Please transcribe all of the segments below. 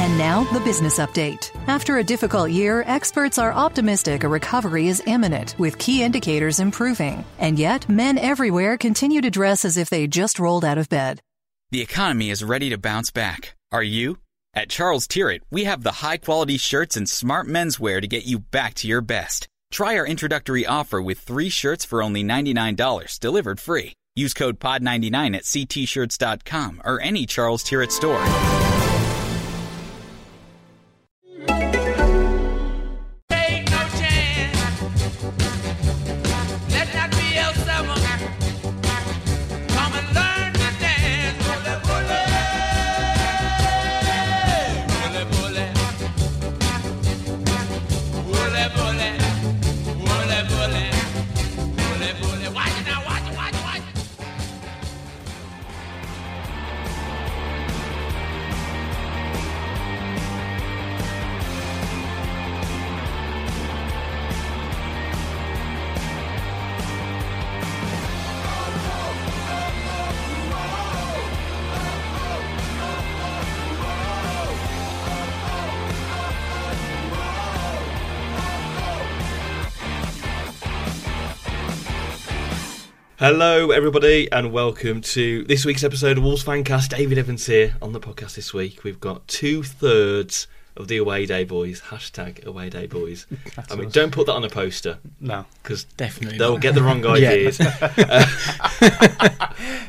And now, the business update. After a difficult year, experts are optimistic a recovery is imminent, with key indicators improving. And yet, men everywhere continue to dress as if they just rolled out of bed. The economy is ready to bounce back. Are you? At Charles Tirrett, we have the high quality shirts and smart menswear to get you back to your best. Try our introductory offer with three shirts for only $99, delivered free. Use code POD99 at ctshirts.com or any Charles Tirrett store. Take no chance. Let not be else someone. Come and learn to dance. Bully, bully. Bully, bully. Bully, bully. Bully, bully. Bully, bully. Watch it now. Watch it. Watch it. Watch it. Hello, everybody, and welcome to this week's episode of Wolves Fancast. David Evans here on the podcast this week. We've got two thirds of the away day boys. Hashtag away day boys. I mean, don't put that on a poster No. because Definitely they'll not. get the wrong ideas.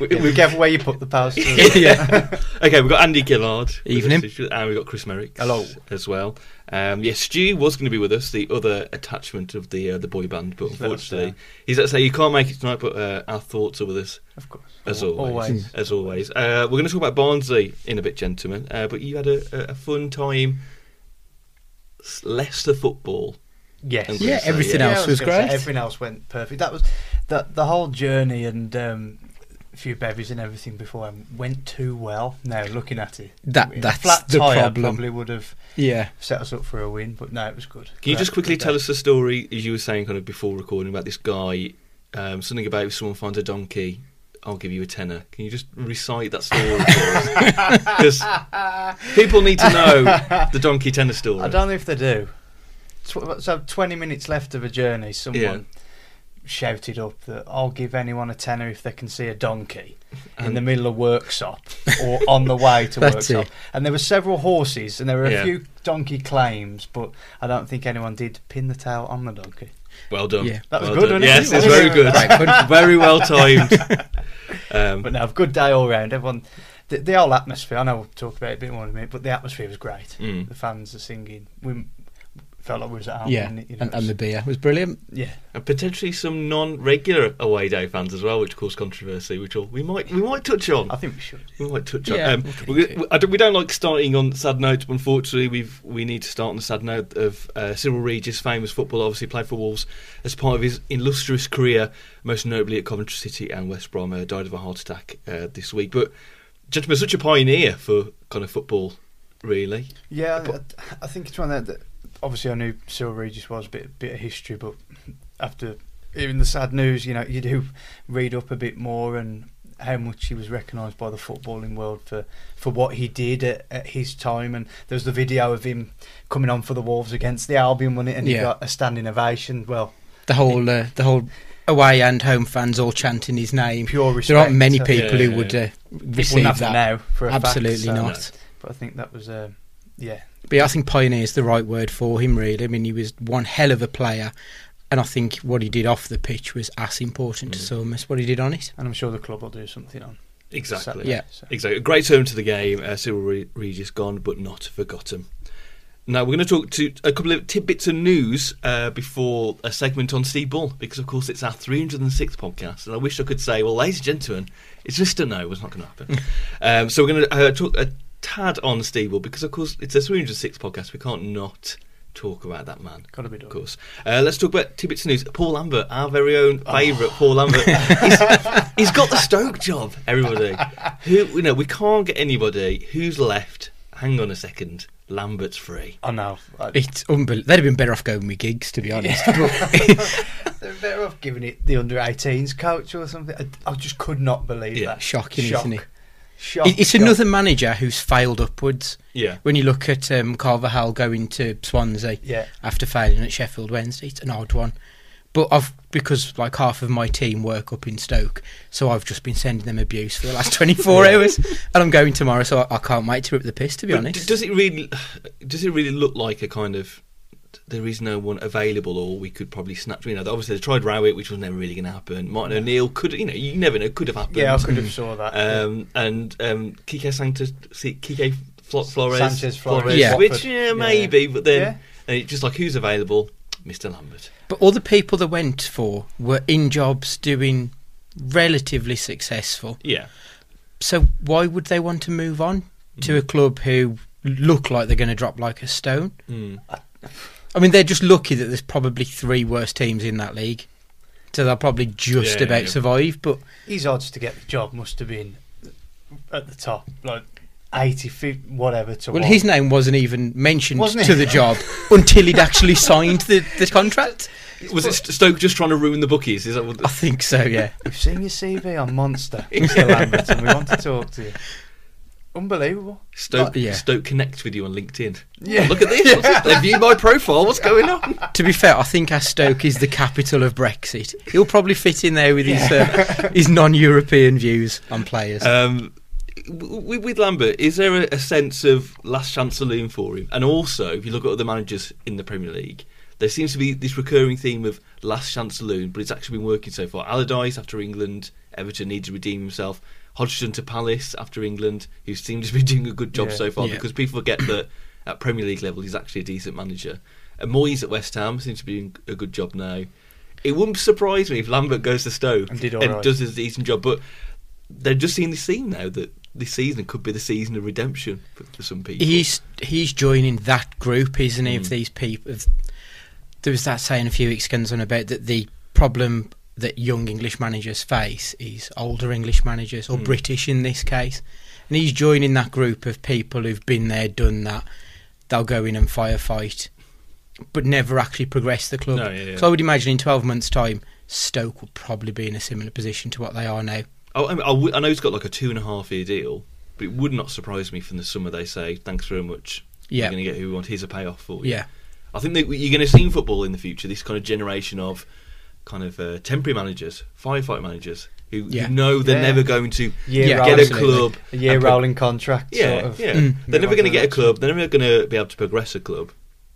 we, We we've gave away you put the posters. yeah. Okay, we've got Andy Gillard. with Evening. us, And we've got Chris Merrick. Hello. As well. Um, yeah, Stu was going to be with us, the other attachment of the uh, the boy band, but let us unfortunately, down. he's at say, you can't make it tonight, but uh, our thoughts are with us. Of course. As Al- always, Mm. as always, uh, we're going to talk about Barnsley in a bit, gentlemen. Uh, but you had a, a- a fun time, S- Leicester football. Yes. Yeah, everything else I was gonna say, great. everything else went perfect. That was the the whole journey and um, a few bevvies and everything before I went too well. Now looking at it, That- A that's flat the tire problem. Probably would have Yeah. set us up for a win, but no, it was good. Can you just quickly tell us the story as you were saying kind of before recording about this guy? Um, something about if someone finds a donkey, I'll give you a tenner. Can you just recite that story? Because people need to know the donkey tenner story. I don't know if they do. Tw- so twenty minutes left of a journey, someone. Yeah. Shouted up that I'll give anyone a tenner if they can see a donkey in And- the middle of workshop or on the way to That's workshop. it. And there were several horses and there were a Yeah. few donkey claims, but I don't think anyone did pin the tail on the donkey. Well done. Yeah. That was Well good, done. wasn't it? Yes, it's That was very good. good. very well timed. Um, But no, a good day all round. Everyone, the, the whole atmosphere. I know we'll talk about it a bit more in a minute, but the atmosphere was great. Mm. The fans are singing. We felt like we was at home. Yeah. didn't it? You know, And, it was- and the beer was brilliant. yeah. and potentially some non-regular away day fans as well, which caused controversy, which we'll- we might we might touch on. I think we should. We might touch Yeah, on. Um, we'll get we, into we, I don't, we don't like starting on sad notes, but unfortunately, we've we need to start on the sad note of uh, Cyril Regis, famous footballer, obviously played for Wolves as part of his illustrious career, most notably at Coventry City and West Brom. Uh, died of a heart attack uh, this week, but gentlemen, such a pioneer for kind of football, really. Yeah, I, I think it's one that, that obviously I knew Cyril Regis was a bit bit of history, but after hearing the sad news, you know, you do read up a bit more and how much he was recognised by the footballing world for, for what he did at, at his time. And there's the video of him coming on for the Wolves against the Albion, wasn't it? And Yeah. he got a standing ovation. Well, The whole, uh, the whole away and home fans all chanting his name. pure respect. There aren't many to- people Yeah, who yeah, would yeah. uh, People receive have that. now for a fact, Absolutely so- not. But I think that was. Um, yeah, But yeah, I think pioneer's the right word for him, really. I mean, he was one hell of a player, and I think what he did off the pitch was as important to Mm. some as what he did on it. and I'm sure the club will do something on Exactly. Saturday. Yeah. so. Exactly. A great turn to the game. Uh, Cyril Re- Regis gone, but not forgotten. Now we're going to talk to a couple of tidbits of news uh, before a segment on Steve Bull, because of course it's our 306th podcast, and I wish I could say, well, ladies and gentlemen, it's just a no. It's not going to happen. um, so we're going to uh, talk a tad on Steve Bull, because of course it's a 306th podcast. We can't not talk about that man. Gotta be done. Of course. Uh, let's talk about tidbits of news. Paul Lambert, our very own Oh. favourite Paul Lambert, he's, he's got the Stoke job. Everybody, who you know, we can't get anybody who's left. Hang on a second, Lambert's free. I know. I- It's unbelievable. They'd have been better off going with gigs, to be honest. They're better off giving it the under 18s coach or something. I, I just could not believe Yeah, that. shocking, Shock. isn't it? Shock, It- it's shock. another manager who's failed upwards. Yeah. When you look at um, Carvajal going to Swansea Yeah. after failing at Sheffield Wednesday, it's an odd one. But I've because like half of my team work up in Stoke, so I've just been sending them abuse for the last 24 hours, and I'm going tomorrow, so I, I can't wait to rip the piss. To be But d- honest, does it really? Does it really look like a kind of? There is no one available, or we could probably snatch. You know, obviously they tried Rowett, which was never really going to happen. Martin O'Neill could, you know, you never know, could have happened. Yeah, I could have saw that. um, and um, Kike Sanchez, see, Kike Flo- Flores, Sanchez, Flores, Yeah. which Watford. yeah, Yeah. maybe, but then Yeah. and it's just like who's available, Mr. Lambert. But all the people that went for were in jobs doing relatively successful. Yeah, So why would they want to move on to a club who look like they're going to drop like a stone? I mean, they're just lucky that there's probably three worst teams in that league. So they'll probably just Yeah, about yeah. survive, but His odds to get the job must have been at the top, like 80 feet, whatever. To well, one. his name wasn't even mentioned Wasn't it? to the job until he'd actually signed the, the contract. was it St- Stoke just trying to ruin the bookies? Is that what? I think so, yeah. We've seen your CV on Monster, Mr. Lambert, and we want to talk to you. Unbelievable. Stoke, yeah. Stoke connects with you on LinkedIn. Yeah. look at this. What's- They view my profile. What's going on? to be fair, I think our Stoke is the capital of Brexit. He'll probably fit in there with his uh, his non-European views on players. Um, with, with Lambert, is there a, a sense of last chance saloon for him? And also, if you look at other managers in the Premier League, there seems to be this recurring theme of last chance saloon, but it's actually been working so far. Allardyce after England, Everton needs to redeem himself. Hodgson to Palace after England, who seems to be doing a good job Yeah. so far Yeah. because people forget that at Premier League level he's actually a decent manager. And Moyes at West Ham seems to be doing a good job now. It wouldn't surprise me if Lambert goes to Stoke And did all right. does a decent job, but they're just seeing this scene now that this season could be the season of redemption for, for some people. he's he's joining that group, isn't he? Of Hmm. these people, of, there was that saying a few weeks ago on about that the problem that young English managers face is older English managers Hmm. or British in this case, and he's joining that group of people who've been there, done that. They'll go in and firefight, but never actually progress the club. No, yeah, yeah. So I would imagine in twelve months' time, Stoke will probably be in a similar position to what they are now. Oh, I, mean, I, w- I know he's got like a two and a half year deal, but it would not surprise me from the summer they say, thanks very much. Yeah. We're going to get who we want. Here's a payoff for you. Yeah. I think that you're going to see in football in the future this kind of generation of kind of uh, temporary managers, firefighter managers, who Yeah. you know they're Yeah. never going to Year Yeah, get a absolutely. club. A year and pro- rolling contract. Yeah, sort of. Mm. yeah. Move They're never on going to the get a next club. They're never going to be able to progress a club.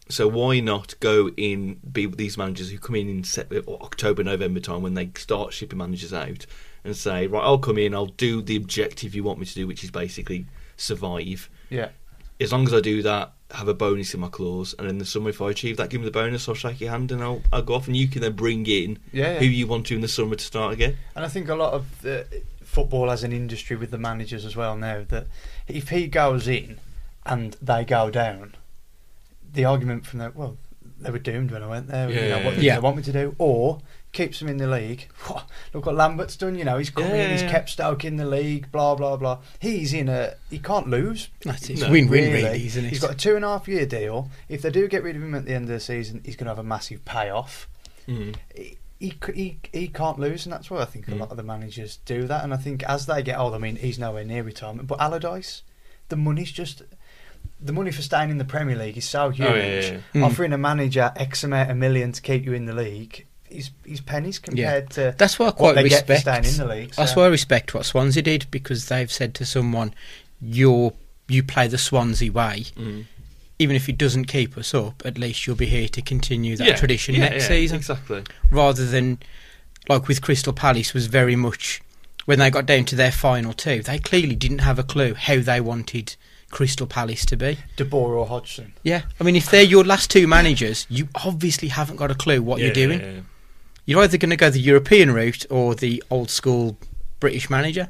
So why not go in be with these managers who come in in Sep- or October, November time when they start shipping managers out and say, right, I'll come in, I'll do the objective you want me to do, which is basically survive. Yeah. As long as I do that, have a bonus in my clause, and in the summer, if I achieve that, give me the bonus. I'll shake your hand and I'll, I'll go off, and you can then bring in Yeah, yeah. who you want to in the summer to start again. And I think a lot of the football as an industry with the managers as well now that if he goes in and they go down, the argument from that well, they were doomed when I went there. you know, Yeah. what did Yeah. they want me to do? Or keeps them in the league. Look what Lambert's done. You know, he's come in, he's Yeah. kept Stoke in the league. Blah blah blah. He's in a he can't lose. That's it. No, Win-win, really, isn't it? He's got a two and a half year deal. If they do get rid of him at the end of the season, he's going to have a massive payoff Mm. he, he, c- he, he can't lose, and that's why I think a lot of the managers do that. And I think as they get old, I mean, he's nowhere near retirement. But Allardyce, the money's just the money for staying in the Premier League is so huge. Oh, yeah, yeah, yeah. Mm. Offering a manager X amount of million to keep you in the league is is pennies compared to That's why I what quite they respect. get for staying in the league. That's so- why I respect what Swansea Mm. did because they've said to someone, "You're you play the Swansea way, even if he doesn't keep us up, at least you'll be here to continue that Yeah, tradition yeah, next yeah, season. Exactly. Rather than like with Crystal Palace was very much when they got down to their final two, they clearly didn't have a clue how they wanted Crystal Palace to be. De Boer or Hodgson. Yeah, I mean, if they're your last two managers, you obviously haven't got a clue what Yeah, you're doing. yeah, yeah. You're either going to go the European route or the old school British manager.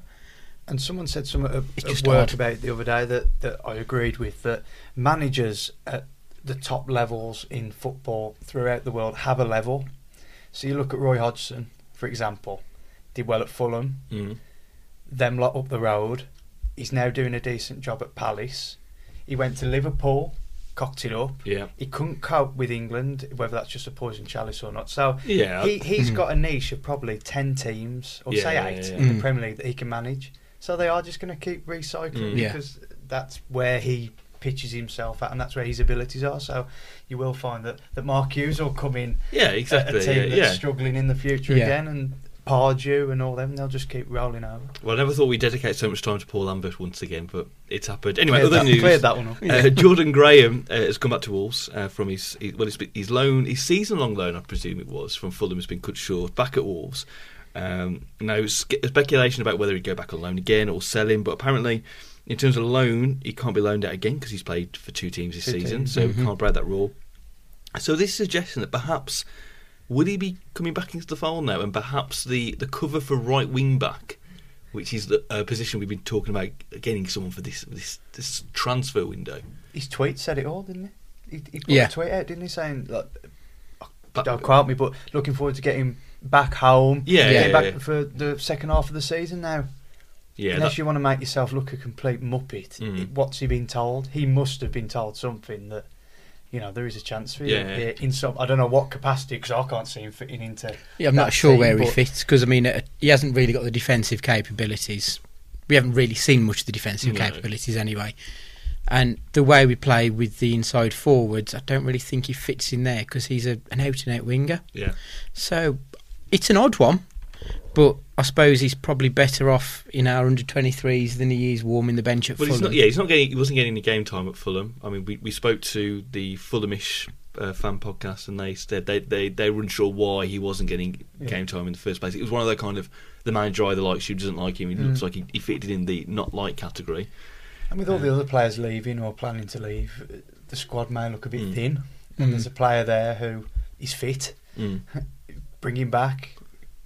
And someone said something at, It's at just work odd. about the other day that, that I agreed with that managers at the top levels in football throughout the world have a level. So you look at Roy Hodgson, for example, did well at Fulham, Mm. them lot up the road. He's now doing a decent job at Palace. He went to Liverpool, cocked it up. Yeah. He couldn't cope with England, whether that's just a poison chalice or not. So Yeah. Mm-hmm. he, he's got a niche of probably 10 teams, or Yeah, say yeah, eight, yeah, in yeah. the Premier League that he can manage. So they are just going to keep recycling Mm. Yeah. because that's where he pitches himself at and that's where his abilities are. So you will find that, that Mark Hughes will come in Yeah, at exactly. a team yeah, that's yeah. struggling in the future Yeah. again and Pardew and all them, they'll just keep rolling over. Well, I never thought we'd dedicate so much time to Paul Lambert once again, but it's happened. Anyway, Cleared other that- news. cleared that one up. Uh, Jordan Graham uh, has come back to Wolves uh, from his, his well, his, his loan, his season-long loan, I presume it was from Fulham, has been cut short. Back at Wolves. Um, now, sc- speculation about whether he'd go back on loan again or sell him, but apparently, in terms of loan, he can't be loaned out again because he's played for two teams this Two season, teams. mm-hmm. so we can't break that rule. So this suggestion that perhaps would he be coming back into the fold now, and perhaps the, the cover for right wing back, which is the uh, position we've been talking about getting someone for this this, this transfer window. His tweet said it all, didn't he? He, he put Yeah. a tweet out, didn't he, saying, like, "Oh, But- don't quote me, but looking forward to getting back home. Yeah, getting yeah, back yeah. for the second half of the season now. yeah, Unless that- you want to make yourself look a complete muppet, Mm. it- what's he been told? He must have been told something that you know there is a chance for you Yeah, yeah. here in some. I don't know what capacity because I can't see him fitting into. Yeah, I'm that not sure team, where he but fits because I mean uh, he hasn't really got the defensive capabilities. We haven't really seen much of the defensive No. capabilities anyway. And the way we play with the inside forwards, I don't really think he fits in there because he's a, an out and out winger. yeah, So it's an odd one, but I suppose he's probably better off in our under 23s than he is warming the bench at well, he's Fulham. not. Yeah, he's not getting. He wasn't getting any game time at Fulham. I mean, we, we spoke to the Fulhamish uh, fan podcast, and they said they, they they were unsure why he wasn't getting Yeah. game time in the first place. It was one of the kind of the manager either likes you, doesn't like him. Mm. He looks like he, he fitted in the not like category. And with all the other players leaving or planning to leave, uh, the squad may look a bit Mm. thin. And Mm. there's a player there who is fit. Mm. Bring him back.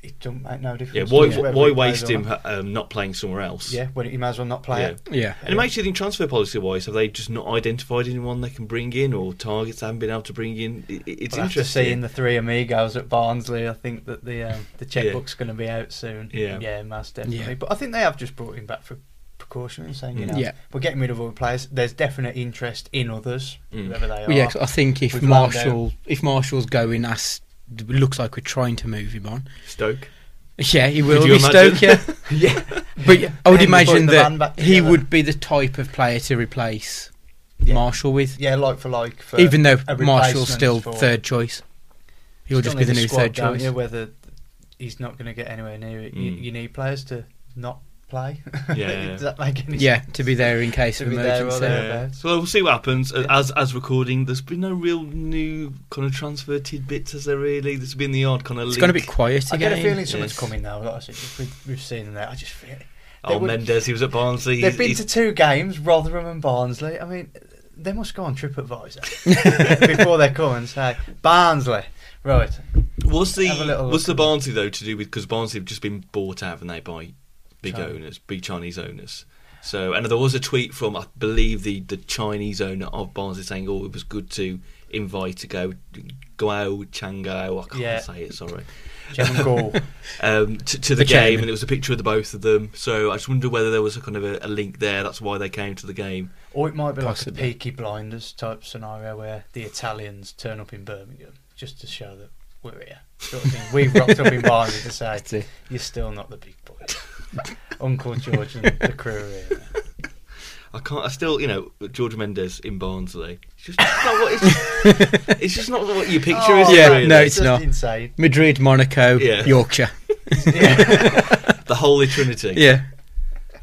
It don't make no Yeah, difference. why to whether why he plays waste or him not. um, not playing somewhere else? Yeah, when he might as well not play Yeah. it. Yeah. And it makes you think transfer policy wise, have they just not identified anyone they can bring in or targets they haven't been able to bring in? It, it- it's Well, after interesting. seeing the three amigos at Barnsley, I think that the um, the checkbook's going to be out soon. Yeah. yeah, most definitely. Yeah. But I think they have just brought him back for precaution and saying, you Mm. know, Yeah. we're getting rid of other players. There's definite interest in others, Mm. whoever they are. Well, yeah, 'cause I think if We've landed. Marshall, if Marshall's going, that's it looks like we're trying to move him on. Stoke. Yeah, he will you be imagine? Stoke. Yeah, yeah, Then but I would we're putting imagine the band back that he together. would be the type of player to replace Yeah. Marshall with, yeah, like for like. For even though a Marshall's replacement still for- third choice. He'll you just don't be the need a new squad, third don't choice. you, whether he's not going to get anywhere near it, you, Mm. you need players to not play. Yeah. does that make any Yeah, sense? to be there in case To of be there or emergency. there. Yeah. about. So we'll see what happens. Uh, As as recording, there's been no real new kind of transfer tidbits, has there really? There's been the odd kind of. It's leak. going to be quiet I again. get a feeling someone's Yes. coming now. Like I said, we've, we've seen that. I just feel it. They Oh, would- Mendes, he was at Barnsley. They've been he's- to two games, Rotherham and Barnsley. I mean, they must go on TripAdvisor before they come and say Barnsley. Right, Was the Have a little was the look. Barnsley though to do with because Barnsley have just been bought out and they by big China. owners, big Chinese owners. So and there was a tweet from I believe the, the Chinese owner of Barnsley saying, "Oh, it was good to invite to go Guo Changao. I can't Yeah. say it. Sorry." Jim Goal. Um, to, to the, The game, chairman. and it was a picture of the both of them. So I just wonder whether there was a kind of a, a link there. That's why they came to the game. Or it might be like a Possibly. Peaky Blinders type scenario where the Italians turn up in Birmingham just to show that we're here. Sort of thing. We've rocked up in Barnsley to say That's it. you're still not the big boy. Uncle George and the crew are here. I can't. I still, you know, George Mendes in Barnsley. It's just not what it's, it's just not what you picture. Oh, is it, Yeah, really? no, it's just not. insane. Madrid, Monaco, Yeah. Yorkshire. Yeah. the Holy Trinity. Yeah.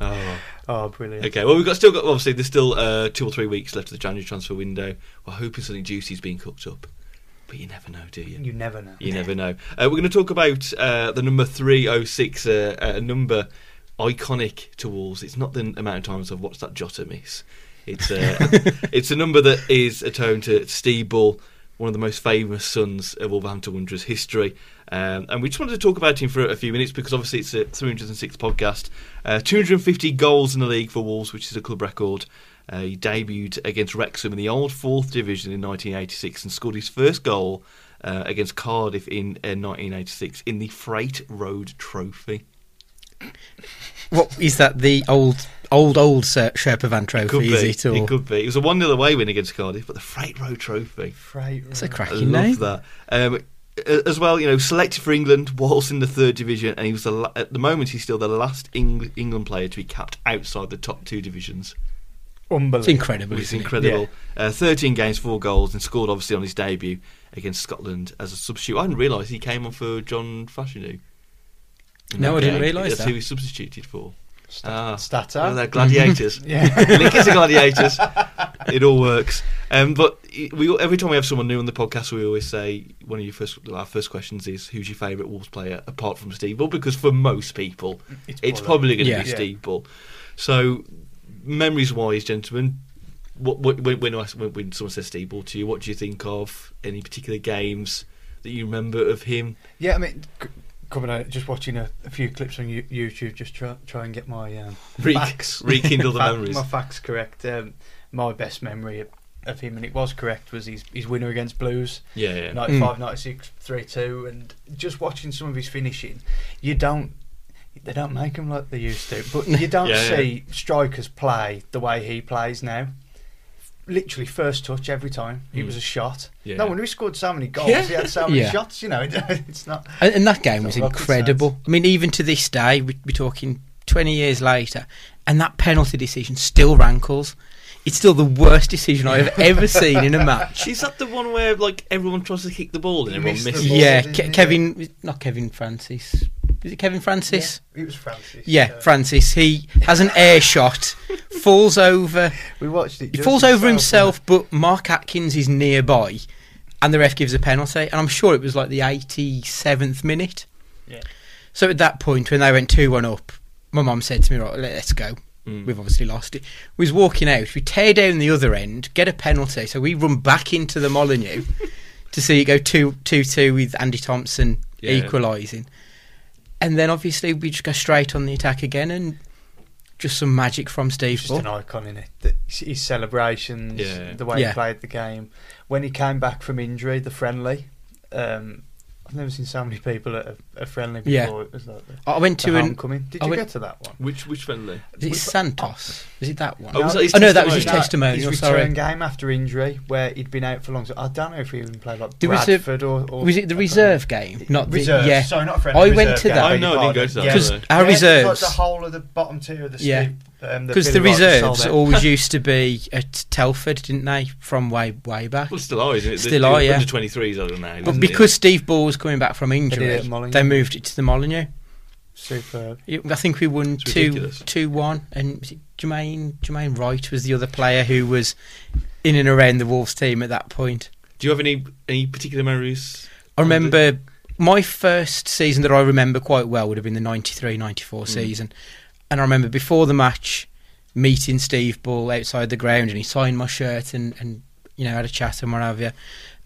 Oh. Oh, brilliant. Okay, well, we've got still got obviously there's still uh, two or three weeks left of the January transfer window. We're hoping something juicy's been cooked up, but you never know, do you? You never know. You never know. Uh, we're going to talk about uh, the number 306, uh, a number iconic to Wolves. It's not the n- amount of times I've watched that Jota miss. It's, uh, it's a number that is atoned to Steve Ball, one of the most famous sons of Wolverhampton Wanderers history. Um, and we just wanted to talk about him for a few minutes because obviously it's a 306 podcast. Uh, 250 goals in the league for Wolves, which is a club record. Uh, he debuted against Wrexham in the old fourth division in 1986 and scored his first goal uh, against Cardiff in uh, 1986 in the Freight Road Trophy. What is that? The old, old, old Sir Sherpa Van Trophy? Is it? Or It could be. It was a 1 0 away win against Cardiff, but the Freight Road Trophy. Freight it's a Road. I cracking love name. that. Um, a- as well, you know, selected for England, whilst in the third division, and he was the la- at the moment he's still the last Eng- England player to be capped outside the top two divisions. It's Unbelievable. incredible. Which is Isn't it? incredible. Uh, 13 games, four goals, and scored obviously on his debut against Scotland as a substitute. I didn't realise he came on for John Fashanu. In No, that I didn't game. realise That's that. who he substituted for. Ah, Stata. Oh, they're gladiators. Yeah. Linkers are gladiators. It all works. Um, but i- we every time we have someone new on the podcast, we always say one of your first our first questions is who's your favourite Wolves player apart from Steve Ball? Because for most people, it's, It's probably Bollock. going to Yeah. be Yeah. Steve Ball. So memories wise, gentlemen. What, what, when, when, I, when, when someone says Steve Ball to you, what do you think of? Any particular games that you remember of him? Yeah, I mean, c- coming out, just watching a, a few clips on you- YouTube, just try, try and get my um, Re- facts. rekindle the Fa- memories. My facts correct. Um, my best memory of, of him, and it was correct, was his, his winner against Blues, Yeah, yeah. 95, 96, 3-2, and just watching some of his finishing, you don't. They don't make them like they used to, but you don't Yeah, yeah. see strikers play the way he plays now. Literally, first touch every time. It Mm. was a shot. Yeah. No wonder he scored so many goals. Yeah. He had so many Yeah. shots. You know, it's not. And, and that game was It's not rocket incredible. I mean, even to this day, we, we're talking 20 years later, and that penalty decision still rankles. It's still the worst decision I have ever seen in a match. Is that the one where like everyone tries to kick the ball and You everyone missed the misses? ball, Yeah, didn't Ke- he? Kevin, not Kevin Francis. Is it Kevin Francis? Yeah, it was Francis. Yeah, Francis. He has an air shot, falls over. We watched it. He just falls over himself, but Mark Atkins is nearby, and the ref gives a penalty. And I'm sure it was like the 87th minute. Yeah. So at that point, when they went 2 1 up, my mum said to me, Right, let- let's go. Mm. We've obviously lost it. We was walking out, we tear down the other end, get a penalty. So we run back into the Molyneux to see it go 2 2, two with Andy Thompson Yeah. equalising. And then obviously we just go straight on the attack again and just some magic from Steve Just Ball. an icon in it. The- His celebrations, Yeah. the way Yeah. he played the game. When he came back from injury, the friendly. Um, I've never seen so many people at a, a friendly before. Yeah. It was like the, I went the to an oh, homecoming. Did I you went- get to that one? Which which friendly? Is it Santos? Is it that one? Oh, was that his oh no, that was his testimonial? testimonial. His Sorry, return game after injury, where he'd been out for long. I don't know if he even played like There was a- Bradford or, or was it the I don't know. reserve game? Not the Reserves, yeah. Sorry, not friendly. I went reserve to game. that. Oh, no, I didn't go to that, Yeah. Because no. our Yeah, it's like reserves- the whole of the bottom tier of the Yeah. Steve, um, Because the Billy Wright was sold reserves out. always used to be at Telford, didn't they? From way way back. Well, still are, isn't it? Still are, yeah. Under 23s, I don't know. But because Steve Ball was coming back from They injury, did it at Molyneux. they moved it to the Molyneux. Superb. I think we won It's two ridiculous. two one, and was it Jermaine Jermaine Wright was the other player who was in and around the Wolves team at that point. Do you have any any particular memories? I remember my first season that I remember quite well would have been the 93 94 season. And I remember before the match meeting Steve Ball outside the ground and he signed my shirt and, and you know, had a chat and what have you.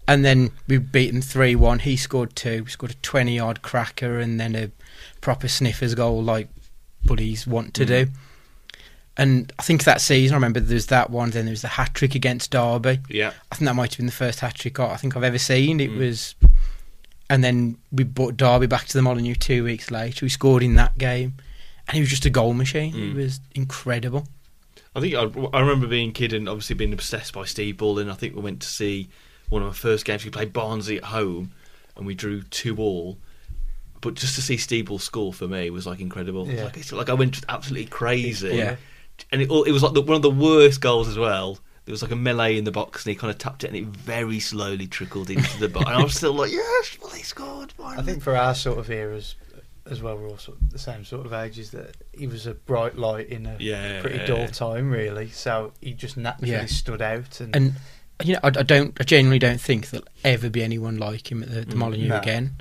And then we beat them 3 1. He scored two. We scored a 20 yard cracker and then a proper sniffer's goal like buddies want to do. And I think that season, I remember there was that one, then there was the hat trick against Derby. Yeah. I think that might have been the first hat trick I think I've ever seen. It Mm. was, and then we brought Derby back to the Molyneux two weeks later. He scored in that game, and he was just a goal machine. It Mm. was incredible. I think I, I remember being a kid and obviously being obsessed by Steve Ball. And I think we went to see one of my first games. We played Barnsley at home and we drew two all. But just to see Steve Ball score for me was like incredible. Yeah. Like, it's like I went just absolutely crazy. Yeah. And it, all- it was like the, one of the worst goals as well. There was like a melee in the box and he kind of tapped it and it very slowly trickled into the box. And I was still like, yes, well, he scored. I think for our sort of eras, as well, we're all sort of the same sort of ages. That he was a bright light in a Yeah. pretty dull time, really. So he just naturally Yeah. stood out. And, and you know, I, I don't, I genuinely don't think there'll ever be anyone like him at the, the Molineux No. again.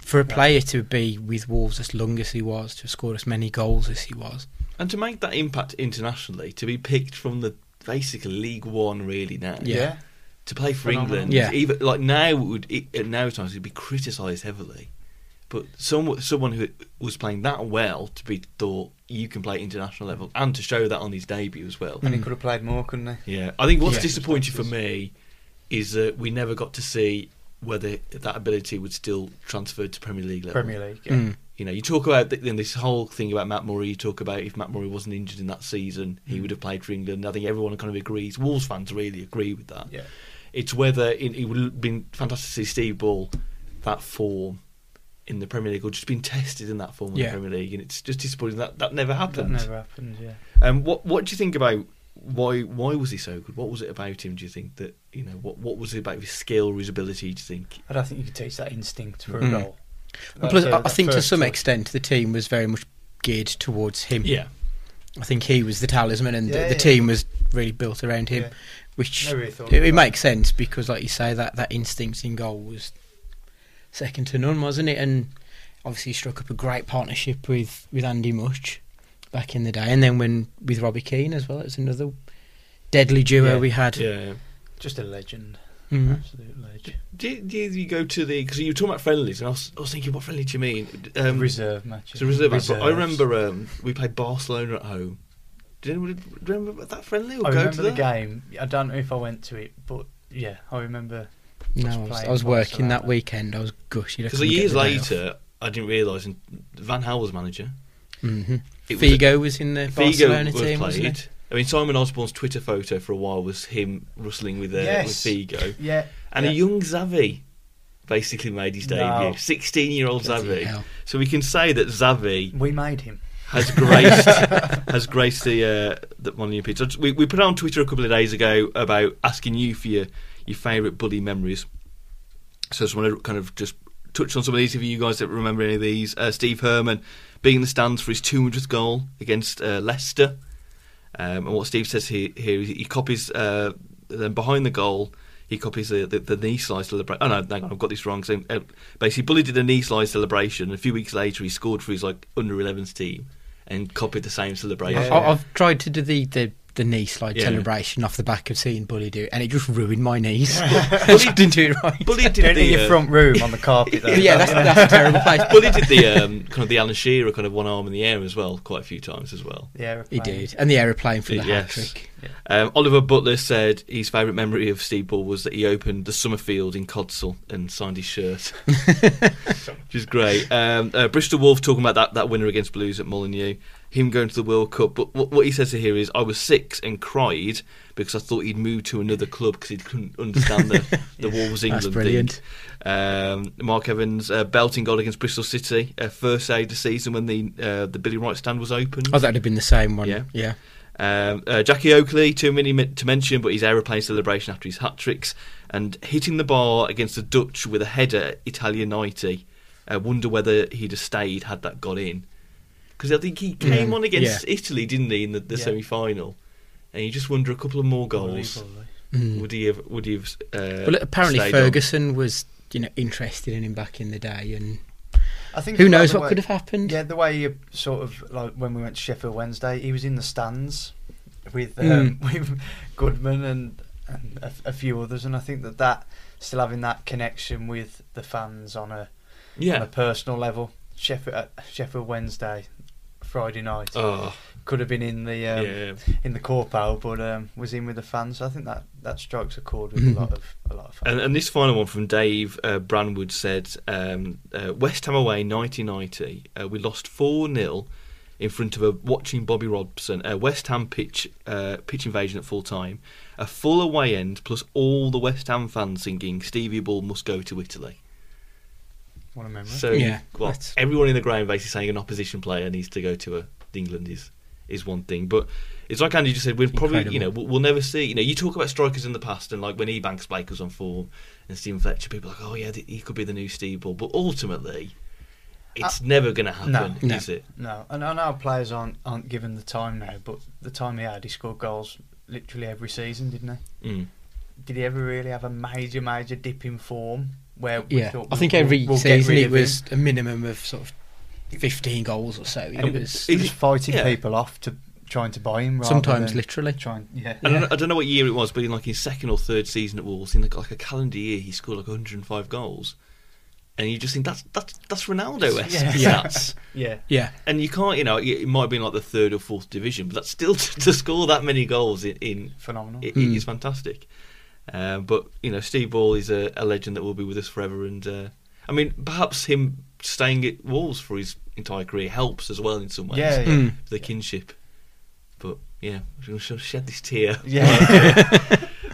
For a player to be with Wolves as long as he was, to have scored as many goals as he was, And to make that impact internationally, to be picked from the basically League One, really now, Yeah. yeah, to play for Phenomenal. England, Yeah. even like now it would it, at now times it'd be criticised heavily, but someone someone who was playing that well to be thought you can play at international level and to show that on his debut as well. and he could have played more, couldn't he? Yeah, I think what's Mm-hmm. Yeah. disappointing for me is that we never got to see whether that ability would still transfer to Premier League level. Premier League. Yeah. Mm. You know, you talk about th- then this whole thing about Matt Murray. You talk about if Matt Murray wasn't injured in that season, he would have played for England. I think everyone kind of agrees. Wolves fans really agree with that. Yeah. It's whether it, it would have been fantastic to see Steve Ball that form in the Premier League or just been tested in that form in Yeah. the Premier League, and it's just disappointing that that never That happened. never happened. Yeah. Um, what what do you think about why why was he so good? What was it about him? Do you think that you know what what was it about his skill or his ability? Do you think? I don't think you could teach that instinct for Mm. a goal. And plus, That's, uh, I, I that think to first some touch. extent the team was very much geared towards him. I think he was the talisman, and Yeah, the, the yeah. team was really built around him, Yeah. which Never really thought it, of it that. makes sense because, like you say, that that instinct in goal was second to none, wasn't it? And obviously, he struck up a great partnership with with Andy Much back in the day, and then when with Robbie Keane as well. It was another deadly duo Yeah. we had. yeah. Just a legend, Mhm. absolute legend. Do, do you go to the because you were talking about friendlies, and I was, I was thinking, what friendly do you mean? Um, reserve matches. It's a reserve. match, but I Reserves. remember um, we played Barcelona at home. Do you remember, do you remember that friendly? Or I go remember to the that? game. I don't know if I went to it, but yeah, I remember. No, I Just was, I playing was working that Barcelona. weekend. I was gushy. Because years later, I didn't realise and Van Hal was manager. mm-hmm. It was a- Figo was in the Barcelona team, wasn't he? I mean, Simon Osborne's Twitter photo for a while was him rustling with, uh, Yes. with Figo. Yeah, And yeah. a young Xavi basically made his No. debut. 16 year old Bloody Xavi. hell. So we can say that Xavi we made him. has graced has graced the uh, the Molineux pitch. I just- We, we put on Twitter a couple of days ago about asking you for your, your favourite bully memories. So I just want to kind of just touch on some of these if you guys don't remember any of these. Uh, Steve Herman being in the stands for his 200th goal against uh, Leicester. Um, and what Steve says here, here is he copies uh, then behind the goal. He copies the, the, the knee slice celebration. Oh no, hang on, I've got this wrong. So, uh, basically, Bully did a knee slice celebration. A few weeks later, he scored for his like under 11s team and copied the same celebration. Yeah. I, I've tried to do the, the, the knee slide Yeah. celebration off the back of seeing Bully do it, and it just ruined my knees. I just didn't do it right. Bully Doing did it in the your uh, front room on the carpet. Though, yeah, that's, that's a terrible place. Bully did the um, kind of the Alan Shearer kind of one arm in the air as well, quite a few times as well. the aeroplane. He did, and the aeroplane for the hat Yes. trick. Um, Oliver Butler said his favourite memory of Steve Ball was that he opened the Summerfield in Codsall and signed his shirt, which is great. Um, uh, Bristol Wolf talking about that, that winner against Blues at Molineux, him going to the World Cup. But what, what he says here is, I was six and cried because I thought he'd moved to another club because he couldn't understand the, the Wolves England thing. brilliant. Um, Mark Evans uh, belting goal against Bristol City, uh, first day of the season when the uh, the Billy Wright stand was opened. Oh, that'd have been the same one. Yeah. Yeah, Um, uh, Jackie Oakley, too many mi- to mention, but his aeroplane celebration after his hat tricks and hitting the bar against the Dutch with a header, Italian 90. Uh, wonder whether he'd have stayed had that got in. Because I think he Mm. came on against Italy, didn't he, in the, the Yeah. semi final? And you just wonder a couple of more goals. Unbelievably. Would he have? Would he have? Uh, Mm. Well, apparently stayed on? Ferguson was you know interested in him back in the day, and I think who as well knows the what way- could have happened? Yeah, the way he sort of like when we went to Sheffield Wednesday, he was in the stands with um, Mm. with Goodman and and a, a few others, and I think that that still having that connection with the fans on a on Yeah. a personal level. Sheffield uh, Sheffield Wednesday, Friday night Oh, could have been in the um, yeah. in the corpo, but um, was in with the fans. So I think that that strikes a chord with Mm-hmm. a lot of a lot of fans. And, and this final one from Dave uh, Branwood said um, uh, West Ham away 1990. Uh, we lost 4 0 in front of a watching Bobby Robson, a West Ham pitch uh, pitch invasion at full time, a full away end, plus all the West Ham fans singing Stevie Ball must go to Italy. what a memory! So Yeah, well, that's- everyone in the ground basically saying an opposition player needs to go to a England is is one thing, but it's like Andy just said. We're probably you know Incredible. we'll, we'll never see. You know, you talk about strikers in the past and like when Ebanks Blake was on form and Stephen Fletcher, people are like oh yeah th- he could be the new Steve Ball, but ultimately it's never going to happen, Uh, No. is it? No, and I know players aren't aren't given the time now, but the time he had, he scored goals literally every season, didn't Mm. he? Did he ever really have a major, major dip in form? Where we Yeah, thought I we'll- think every we'll- we'll get season rid it of him? was a minimum of sort of fifteen goals or so. It And was he was fighting yeah. people off to trying to buy him. Rather sometimes than literally. trying, yeah. I don't, know, I don't know what year it was, but in like his second or third season at Wolves, in like, like a calendar year, he scored like 105 goals, and you just think that's that's that's Ronaldo esque Yeah. stats. yeah. Yeah, And you can't, you know, it might have been like the third or fourth division, but that's still to, to score that many goals in, in Phenomenal. it, it is fantastic. Uh, but you know, Steve Ball is a, a legend that will be with us forever, and uh, I mean, perhaps him staying at Wolves for his entire career helps as well in some ways. Yeah, yeah. the kinship. But yeah, I'm going to shed this tear. Yeah.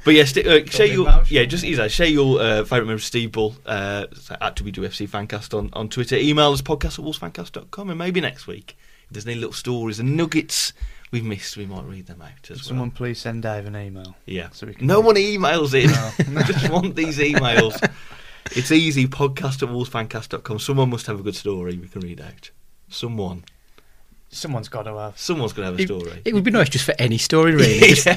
But yeah, sti uh, share bit your emotional. yeah, just easy. Share your uh, favourite member of Steve Ball uh, at WWFC Fancast on, on Twitter. Email us podcast at wolvesfancast.com and maybe next week if there's any little stories and nuggets we've missed, we might read them out as Someone well. please send Dave an email. Yeah, so we can no read one emails in. No. I just want these emails. It's easy. Podcast at wolvesfancast.com. Someone must have a good story we can read out. Someone, Someone's got to have. someone's gonna have a it, story. it would be nice just for any story really, just There's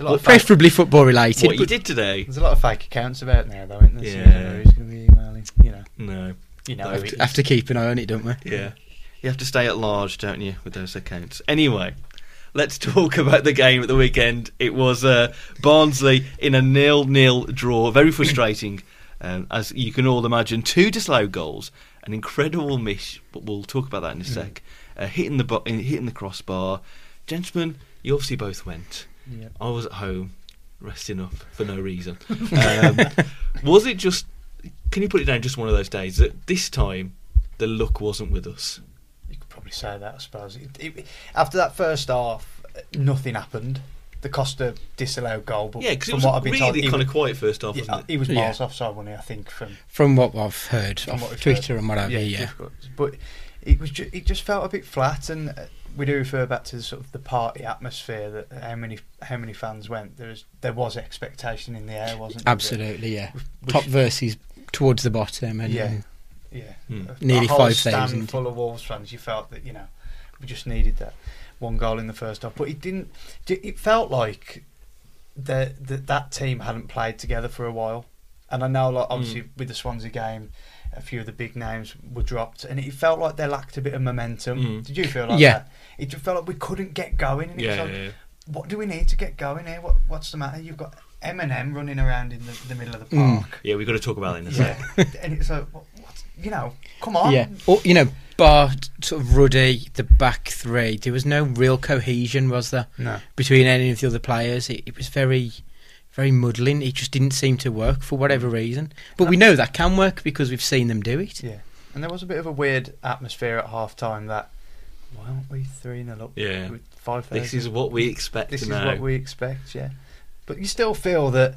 a lot of fake- preferably football related. what you but- did today? There's a lot of fake accounts about now, though, isn't there? So you Yeah. don't know who's going to be emailing? You know, No. you know. Have who to- it is. have to keep an eye on it, don't we? Yeah. You have to stay at large, don't you, with those accounts? Anyway, let's talk about the game at the weekend. It was uh, Barnsley in a nil-nil draw. Very frustrating, um, as you can all imagine. Two disallowed goals, an incredible miss, but we'll talk about that in a sec. Uh, hitting the bo- in- hitting the crossbar, gentlemen. You obviously both went. Yeah. I was at home resting up for no reason. Um, was it just? Can you put it down just one of those days that this time the luck wasn't with us? You could probably say that, I suppose. It, it, after that first half, nothing happened. The Costa disallowed goal, but Yeah, because it from was what I've been really told, he, kind of was- quiet first half, yeah, wasn't it? he was Yeah. miles offside, wasn't he? I think from From what I've heard from off what we've Twitter heard. and whatever, yeah, difficult. But it was ju- it just felt a bit flat, and uh, we do refer back to the sort of the party atmosphere that how many how many fans went. There was there was expectation in the air, wasn't there? absolutely, yeah. Which- Top versus towards the bottom, and Yeah. yeah, Yeah, Hmm. A- Nearly a whole 5,000. stand full of Wolves fans. You felt that you know we just needed that one goal in the first half, but it didn't. d- It felt like that that that team hadn't played together for a while, and I know like obviously Hmm. with the Swansea game. A few of the big names were dropped, and it felt like they lacked a bit of momentum. Mm. Did you feel like Yeah. that? It just felt like we couldn't get going. And it was Yeah, like, yeah, yeah. What do we need to get going here? What, what's the matter? You've got Eminem running around in the, the middle of the Mm. park. Yeah, we've got to talk about that in a sec. Yeah, and it's like, what, what, you know, come on. yeah. Or you know, bar sort of Ruddy, the back three. There was no real cohesion, was there, No. between any of the other players? It, it was very, very muddling. It just didn't seem to work for whatever reason. But we know that can work because we've seen them do it. Mm. Yeah. And there was a bit of a weird atmosphere at half time that, why aren't we 3 0 up? Yeah. With 5,000. This is what we expect This to is know. what we expect, yeah. But you still feel that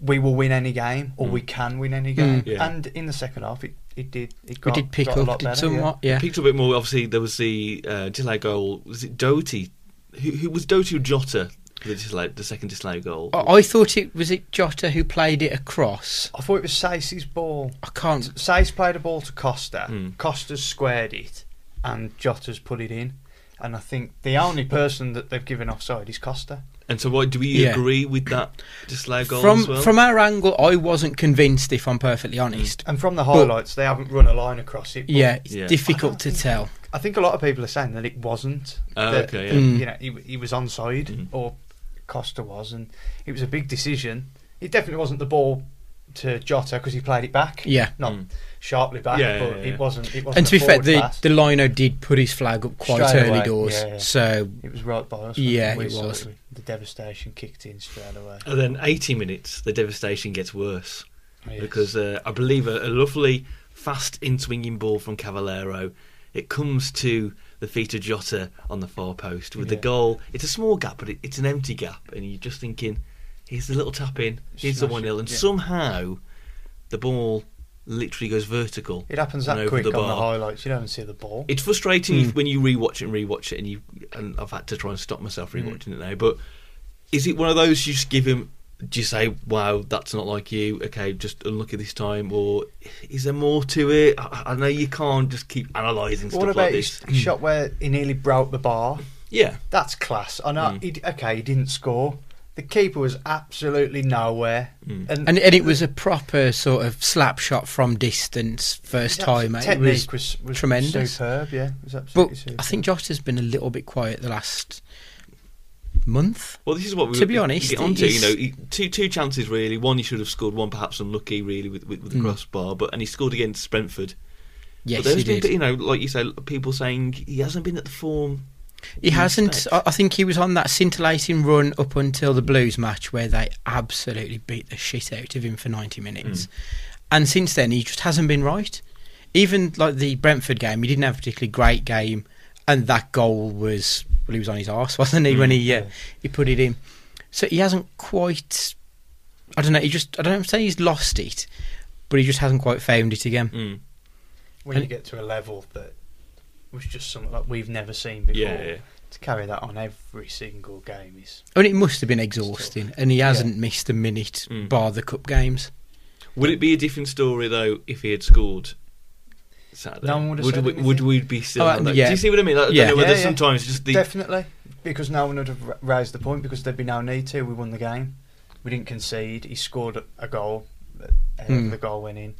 we will win any game or Mm. we can win any game. Yeah. And in the second half, it, it did. It Mm. We got, did pick got a lot up, did better, somewhat, yeah. Picked up a bit more. Obviously, there was the uh, delay goal. Was it Doty? Who, who was Doty or Jota? The, delay, the second disallowed goal. I, I thought it was it Jota who played it across. Yeah. I thought it was Sace's ball. I can't. Sace played a ball to Costa. Mm. Costa's squared it, and Jota's put it in. And I think the only person that they've given offside is Costa. And so, what do we Yeah. agree with that disallowed goal From as well? from our angle, I wasn't convinced. If I'm perfectly honest, And from the highlights, they haven't run a line across it. but yeah, it's Yeah. difficult to tell. I think a lot of people are saying that it wasn't. Oh, that, okay, yeah. Mm-hmm. that, Mm. You know, he, w- he was onside, or Costa was, and it was a big decision. It definitely wasn't the ball to Jota because he played it back. Yeah. Not sharply back, Mm. Yeah, yeah, but yeah. it wasn't. It wasn't. and a to be fair, forward the, pass. the lino did put his flag up quite Straight early away, doors, yeah, yeah. so it was right by us. Yeah, we it saw was. The devastation kicked in straight away. And then 80 minutes, the devastation gets worse. Yes. Because uh, I believe a, a lovely, fast in swinging ball from Cavallero. It comes to the feet of Jota on the far post with the Yeah. goal. It's a small gap, but it, it's an empty gap. And you're just thinking, here's the little tap in, here's the Smash 1 it, 0. And yeah. somehow the ball literally goes vertical. It happens and that over quick on the bar. highlights. You don't see the ball. It's frustrating Hmm. if- when you rewatch it and rewatch it, Hmm. and you and I've had to try and stop myself rewatching it now. But is it one of those you just give him do you say, "Wow, that's not like you"? Okay, just unlucky this time, or is there more to it? I, I know you can't just keep analysing stuff What like about this. Hmm. his shot where he nearly broke the bar? Yeah, That's class. I know. Mm. He, d- okay, he didn't score. The keeper was absolutely nowhere. Mm. And, And, and it was a proper sort of slap shot from distance, first his time. mate. It was, technique was, was tremendous. superb. Yeah, it was absolutely but superb. I think Jota's been a little bit quiet the last month. Well, this is what we To be we honest, get onto. it You is- know, he- two two chances really. One he should have scored. One perhaps unlucky, really, with with, with the crossbar. But and he scored against Brentford. Hmm. Yes, but there's he been, did. you know, like you say, people saying he hasn't been at the form. He hasn't. respect. I I think he was on that scintillating run up until the Blues match where they absolutely beat the shit out of him for 90 minutes. And since then, he just hasn't been right. Even like the Brentford game, he didn't have a particularly great game, and that goal was well, he was on his arse, wasn't he, when he uh, he put it in. So he hasn't quite. I don't know. He just. I don't say he's lost it, but he just hasn't quite found it again. When you get to a level that was just something like we've never seen before, Yeah, yeah. to carry that on every single game is. I mean, it must have been exhausting, and he hasn't missed a minute, bar the cup games. Would it be a different story though if he had scored? Saturday? No one would have would said we, anything. would we be still? Oh, on that? yeah. Do you see what I mean? Like, I Yeah. don't know whether Yeah, yeah. sometimes just the Definitely, because no one would have ra- raised the point because there'd be no need to. We won the game. We didn't concede. He scored a- a goal. uh, Hmm. The goal went in.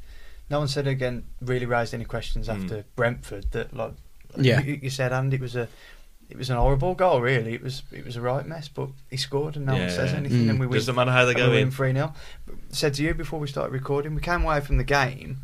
No one said again. Really raised any questions Hmm. after Brentford. That like, Yeah. you, you said, and it was a, it was an horrible goal. Really, it was it was a right mess. But he scored, and no one Yeah. says Hmm. anything, and we win. doesn't matter how they and go we in. win three 0 Said to you before we started recording, we came away from the game,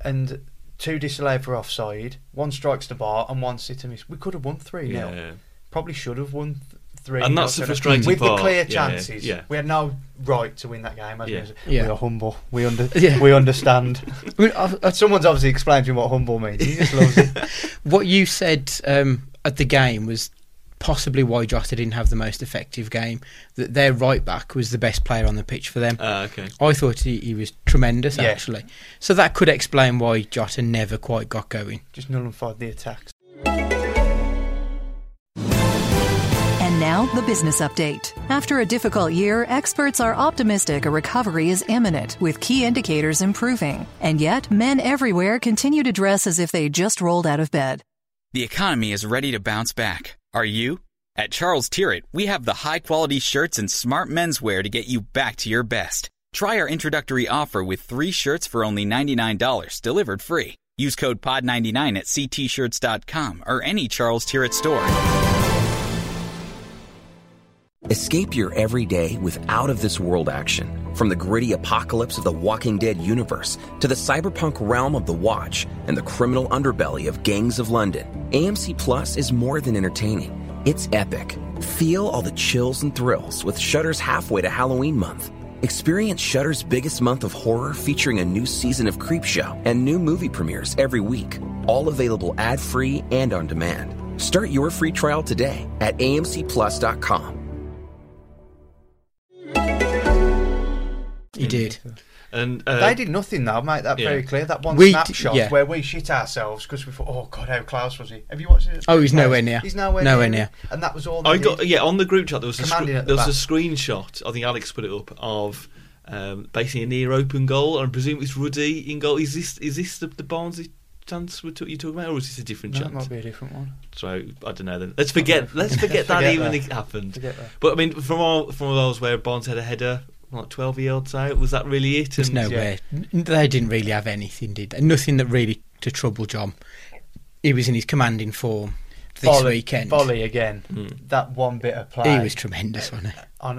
and two disallowed for offside, one strikes the bar, and one sit and miss. We could have won three 0 Yeah. probably should have won th- three. And that's the nil, frustrating With part. the clear Yeah, yeah, chances, yeah. we had no right to win that game. as we Yeah. was- Yeah. We are humble. We under Yeah. we understand. I mean, I, I Someone's obviously explained to him what humble means. He just loves it. What you said um, at the game was possibly why Jota didn't have the most effective game. That their right back was the best player on the pitch for them. Ah, okay. I thought he, he was tremendous Uh, Yeah. actually. So that could explain why Jota never quite got going. Just nullified the attacks. And now, the business update. After a difficult year, experts are optimistic a recovery is imminent, with key indicators improving. And yet, men everywhere continue to dress as if they just rolled out of bed. The economy is ready to bounce back. Are you? At Charles Tirrett, we have the high quality shirts and smart menswear to get you back to your best. Try our introductory offer with three shirts for only $99 delivered free. Use code POD99 at ctshirts.com or any Charles Tirrett store. Escape your everyday with out of this world action. From the gritty apocalypse of the Walking Dead universe to the cyberpunk realm of The Watch and the criminal underbelly of Gangs of London, AMC Plus is more than entertaining. It's epic. Feel all the chills and thrills with Shudder's halfway to Halloween month. Experience Shudder's biggest month of horror featuring a new season of Creepshow and new movie premieres every week, all available ad-free and on demand. Start your free trial today at amcplus.com. He did. And uh, they did nothing though, make that yeah. very clear. That one We d- snapshot yeah. where we shit ourselves because we thought, oh god, how close was he? Have you watched it? Oh, he's Close. nowhere near. He's nowhere, Nowhere near. near. And that was all. They I got did. yeah on the group chat. There was a scr- Commanding at there the was a back. screenshot. I think Alex put it up of um, basically a near open goal, and I presume it's Ruddy in goal. Is this is this the, the Barnsley chance we're talk, you talking about, or is this a different No, it chance? might be a different one. So I don't know. Then let's forget. Let's forget that Forget even that. it happened. Forget that. But I mean, from all from all those where Barnes had a header like twelve yards out, was that really it? There's And- nowhere. n They didn't really have anything, did they? Nothing that really to trouble John. He was in his commanding form this volley, weekend. volley again. Hmm. That one bit of play. He was tremendous, wasn't on,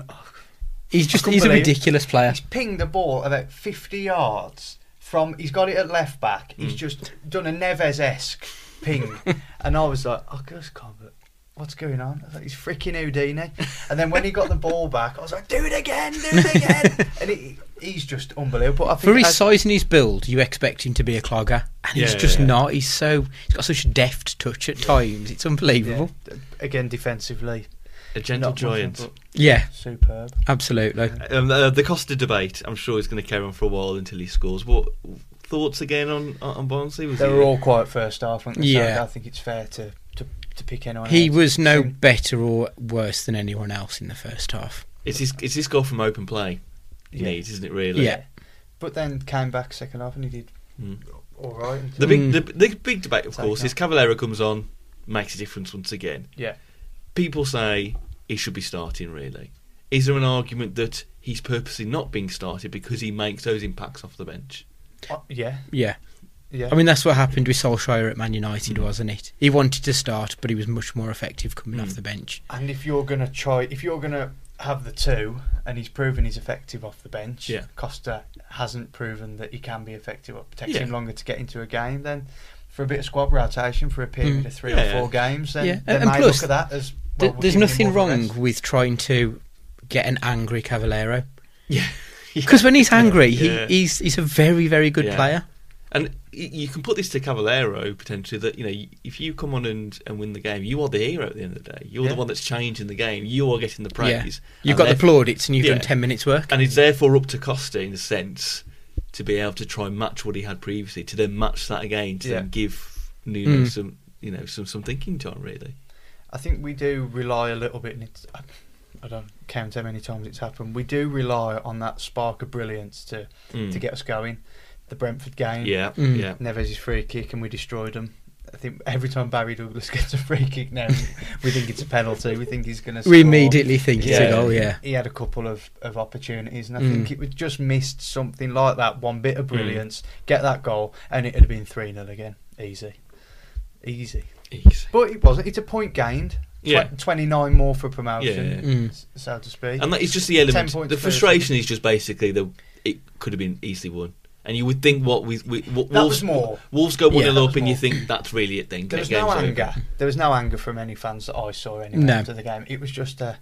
he? He's just couldn't he's a believe it. ridiculous player. He's pinged the ball about 50 yards from. He's got it at left back. Hmm. He's just done a Neves esque ping. and I was like, I just can't. But what's going on? I was like, he's freaking Houdini. And then when he got the ball back, I was like, do it again, do it again. and he, he's just unbelievable. I think For his as- size and his build, you expect him to be a clogger, and he's Yeah, just yeah. not. He's so he's got such a deft touch at times. It's yeah, unbelievable. again, defensively. a gentle not much, giant. but Yeah, Superb. absolutely. Um, uh, the Costa debate, I'm sure, is going to carry on for a while until he scores. What thoughts again on on Barnsley? Was They he- were all quiet first half, weren't they? Yeah. So I think it's fair to, to, to pick anyone He else. was no Seemed- better or worse than anyone else in the first half. Is this is this goal from open play? Yeah. need, isn't it? Really. Yeah. But then came back second half and he did Hmm. Mm. all right. The until- big, Mm. the, the big debate, of Take course, is that. Cavalera comes on, makes a difference once again. yeah, People say he should be starting. Really, is there an argument that he's purposely not being started because he makes those impacts off the bench? Uh, yeah, Yeah. yeah. I mean, that's what happened with Solskjaer at Man United, Hmm. wasn't it? He wanted to start, but he was much more effective coming Hmm. off the bench. and if you're gonna try, if you're gonna have the two, and he's proven he's effective off the bench. Yeah. Costa hasn't proven that he can be effective. It takes Yeah. him longer to get into a game then. For a bit of squad rotation for a period Mm. of three Yeah, yeah. or four games, then Yeah, they and may plus, look at that as well, Th- we'll There's give him nothing more of a wrong rest. with trying to get an angry Cavallero. Yeah. Because when he's angry, Yeah. he, he's he's a very very good Yeah. player. And y- you can put this to Cavallero potentially that you know if you come on and, and win the game, you are the hero at the end of the day. You're Yeah. the one that's changing the game. You are getting the Yeah. praise. You've And got the theref- plaudits and you've Yeah. done ten minutes work. and it's therefore up to Costa in a sense to be able to try and match what he had previously, to then match that again, to Yeah. then give Nuno Mm. some you know some some thinking time really. I think we do rely a little bit, and it's, I, I don't count how many times it's happened. We do rely on that spark of brilliance to, Mm. to get us going. The Brentford game, yeah, Mm. yeah. Neves' free kick, and we destroyed them. I think every time Barry Douglas gets a free kick now, we think it's a penalty. We think he's going to. We immediately think it's Yeah. a goal. Yeah, He had a couple of, of opportunities, and I Mm. think it was just missed something like that one bit Mm. of brilliance, get that goal, and it'd have been 3 0 again. Easy. Easy. Easy. But it wasn't. It's a point gained. Tw- Yeah. 29 more for promotion, Yeah. Mm. s- so to speak. And that is just the 10 element. points The for us. frustration is just basically the it could have been easily won. And you would think what we, we what That Wolves was more. Wolves go one Yeah, 0 that up, was and you more. think that's really it. Then There was Game's no over. anger. There was no anger from any fans that I saw anyway No. after the game. It was just a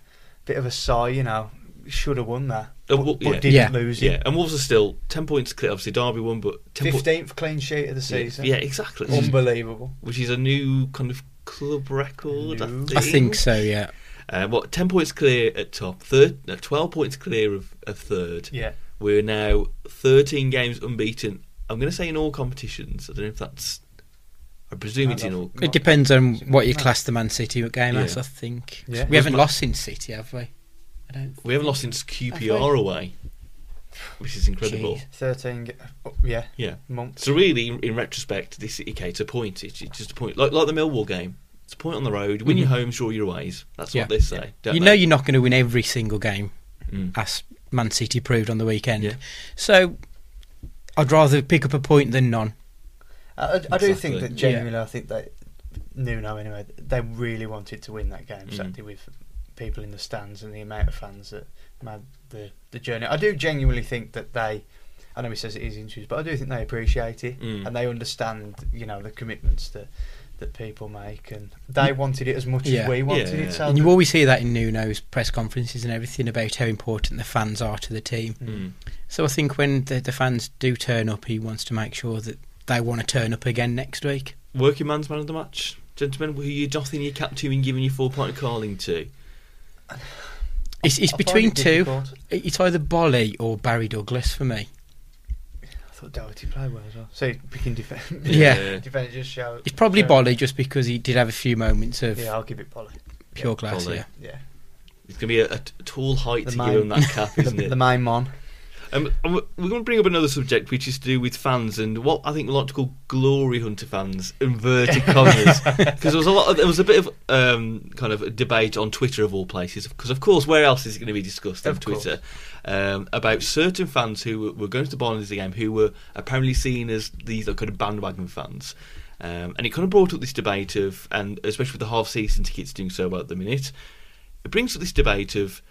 bit of a sigh, you know. Should have won that, Uh, but, well, but yeah. didn't Yeah. lose Yeah, it. and Wolves are still ten points clear. Obviously, Derby won, but ten points. Fifteenth clean sheet of the season. Yeah, exactly. unbelievable. Which is a new kind of club record. New. I think so. Yeah, Uh, what ten points clear at top, third, no, twelve points clear of, of third. Yeah, We're now thirteen games unbeaten. I'm going to say in all competitions. I don't know if that's. I presume No, it's in no. all. it depends on what you No. class the Man City game as. Yeah. I think Yeah. we haven't lost since City, have we? I don't. We haven't lost since QPR away, which is incredible. Jeez. thirteen. g- oh, Yeah, Yeah. months. So really, in, in retrospect, this indicates a point. It's, it's just a point, like like the Millwall game. It's a point on the road. Win your homes, draw your aways. That's Mm-hmm. Yeah. what they say. Don't you they? know you're not going to win every single game, Mm. as Man City proved on the weekend. Yeah. So I'd rather pick up a point than none. I, I do Exactly. think that genuinely, I think that Nuno anyway, they really wanted to win that game Mm. Saturday with people in the stands and the amount of fans that made the, the journey. I do genuinely think that they, I know he says it is interviews, but I do think they appreciate it Mm. and they understand, you know, the commitments that that people make and they wanted it as much Yeah. as we wanted Mm. Yeah. it. So And you always hear that in Nuno's press conferences and everything about how important the fans are to the team. Mm. So I think when the, the fans do turn up, he wants to make sure that they want to turn up again next week. Working man's man of the match, gentlemen. Who you doffing your cap to and giving your four point calling to? It's, it's I find between it two. difficult. It's either Bolly or Barry Douglas for me. I thought Doherty played well as well. So picking defence. Yeah. defence just show. It's probably show- Bolly just because he did have a few moments of Yeah, I'll give it Polly. pure class. Bolly. Yeah. Yeah. It's going to be a, a t- tall height The to man- give him that cap, The, isn't it? the main mon. Um, and we- we're going to bring up another subject, which is to do with fans and what I think we like to call glory hunter fans, inverted commas, because there was a lot, of, there was a bit of um, kind of a debate on Twitter of all places, because of course, where else is it going to be discussed on Of course. Twitter um, about certain fans who were, were going to the Barnsley game who were apparently seen as these like, kind of bandwagon fans. Um, and it kind of brought up this debate of, and especially with the half season tickets doing so well at the minute, it brings up this debate of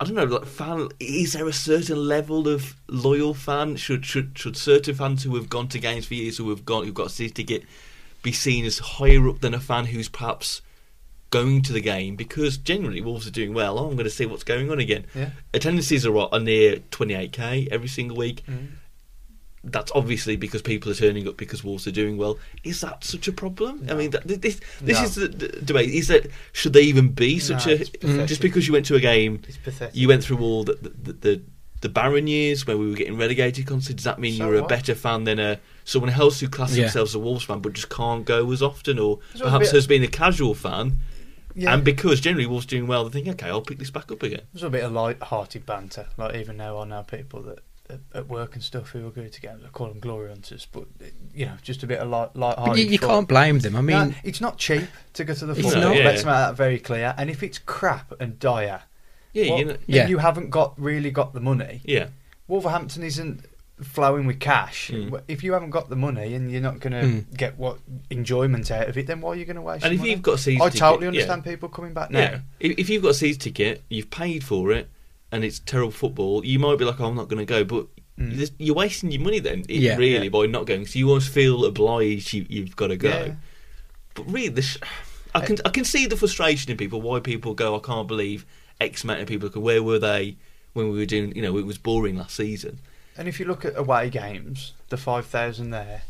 I don't know, like fan. Is there a certain level of loyal fan? Should should should certain fans who have gone to games for years, who have gone, who've got a season ticket, be seen as higher up than a fan who's perhaps going to the game? Because generally, Wolves are doing well. Oh, I'm going to see what's going on again. Yeah. Attendances are what are near 28k every single week. Mm-hmm. That's obviously because people are turning up because Wolves are doing well. Is that such a problem? I mean, that, this this No. is the, the debate. Is that should they even be such No, a it's pathetic. just because you went to a game? It's pathetic. you went through all the the, the the barren years where we were getting relegated constantly. Does that mean So you were what? a better fan than a someone else who classes Yeah. themselves as a Wolves fan but just can't go as often, or There's a perhaps bit- has been a casual fan Yeah. And because generally Wolves doing well, they think, okay, I'll pick this back up again. There's a bit of light-hearted banter. Like even now, I know people that at- at work and stuff who are good to games. I call them glory hunters, but you know, just a bit of light, But light-hearted. you, you fun. can't blame them. I mean, No, it's not cheap to go to the It's football. not. Let's Yeah. make that very clear. And if it's crap and dire, Yeah, what- you know, and Yeah. you haven't got really got the money. yeah. Wolverhampton isn't flowing with cash. Mm. If you haven't got the money and you're not going to Mm. get what enjoyment out of it, then why are you going to waste? And your if money? you've got a season I ticket, totally yeah. understand people coming back now. Yeah. If, if you've got a season ticket, you've paid for it, and it's terrible football, you might be like, oh, I'm not going to go, but this- you're wasting your money then, it, Yeah. really, Mm. Yeah. by not going. So you always feel obliged you, you've got to go. Yeah. But really, this, I can I can see the frustration in people. Why people go, I can't believe X amount of people. go, Where were they when we were doing? You know, it was boring last season. And if you look at away games, the 5,000 there,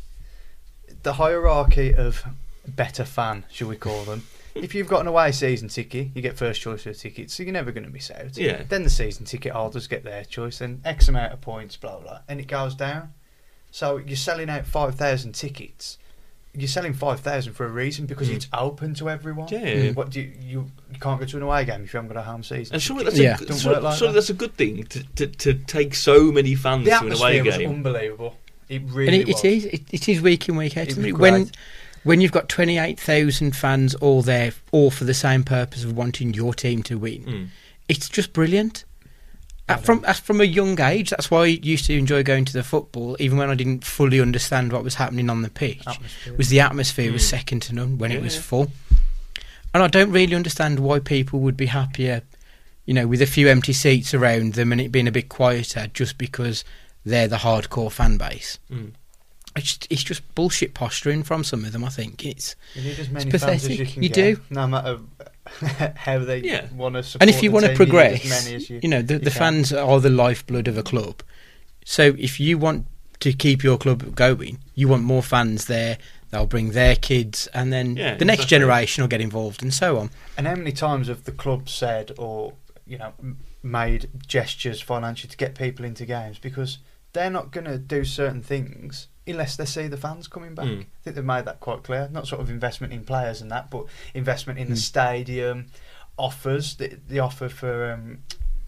the hierarchy of better fan, shall we call them, if you've got an away season ticket, you get first choice for the ticket, so you're never going to miss out. Yeah. Then the season ticket holders get their choice, then X amount of points, blah, blah, and it goes down. So you're selling out 5,000 tickets. You're selling 5,000 for a reason because it's open to everyone. Mm. Yeah. What do you, you, you can't go to an away game if you haven't got a home season. And surely that's ticket. Yeah. a, Don't surely, work like surely that. that's a good thing to, to, to take Hmm, so many fans the to an away atmosphere was game. unbelievable. It and really it, it was. is it, it is week in week out. It isn't was it? When great. when you've got twenty eight thousand fans all there, all for the same purpose of wanting your team to win, Hmm. it's just brilliant. At- from at- from a young age, that's why I used to enjoy going to the football, even when I didn't fully understand what was happening on the pitch. Atmosphere. Hmm. Was the atmosphere was second to none when it was full, and I don't really understand why people would be happier, you know, with a few empty seats around them and it being a bit quieter just because they're the hardcore fan base. It's just, it's just bullshit posturing from some of them. I think it's You need as many It's fans as you pathetic. can You get, do. no matter how they Yeah. want to support. and if you the want to team, need progress, as many as you, you, know the, you the can. fans are the lifeblood of a club. So if you want to keep your club going, you want more fans there. They'll bring their kids, and then Yeah, the next exactly. generation will get involved, and so on. And how many times have the club said or you know m- made gestures financially to get people into games because they're not going to do certain things unless they see the fans coming Hmm. back. I think they've made that quite clear. Not sort of investment in players and that, but investment in the stadium offers the, the offer for um,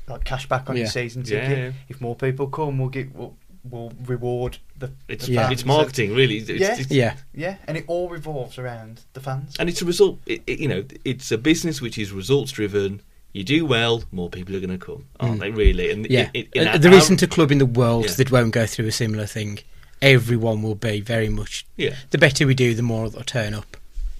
like cash back on your Yeah. season Yeah, ticket. yeah. If more people come, we'll get we'll, we'll reward the. It's the Yeah. fans. it's marketing, really. It's, Yeah. it's- Yeah, Yeah, and it all revolves around the fans. and it's a result. It, it- you know, it's a business which is results driven. You do well, more people are going to come, aren't they? Really? And Mm. yeah. it- it- in Uh, our- there isn't a club in the world Yeah. that won't go through a similar thing. Everyone will be very much. Yeah. The better we do, the more they'll turn up.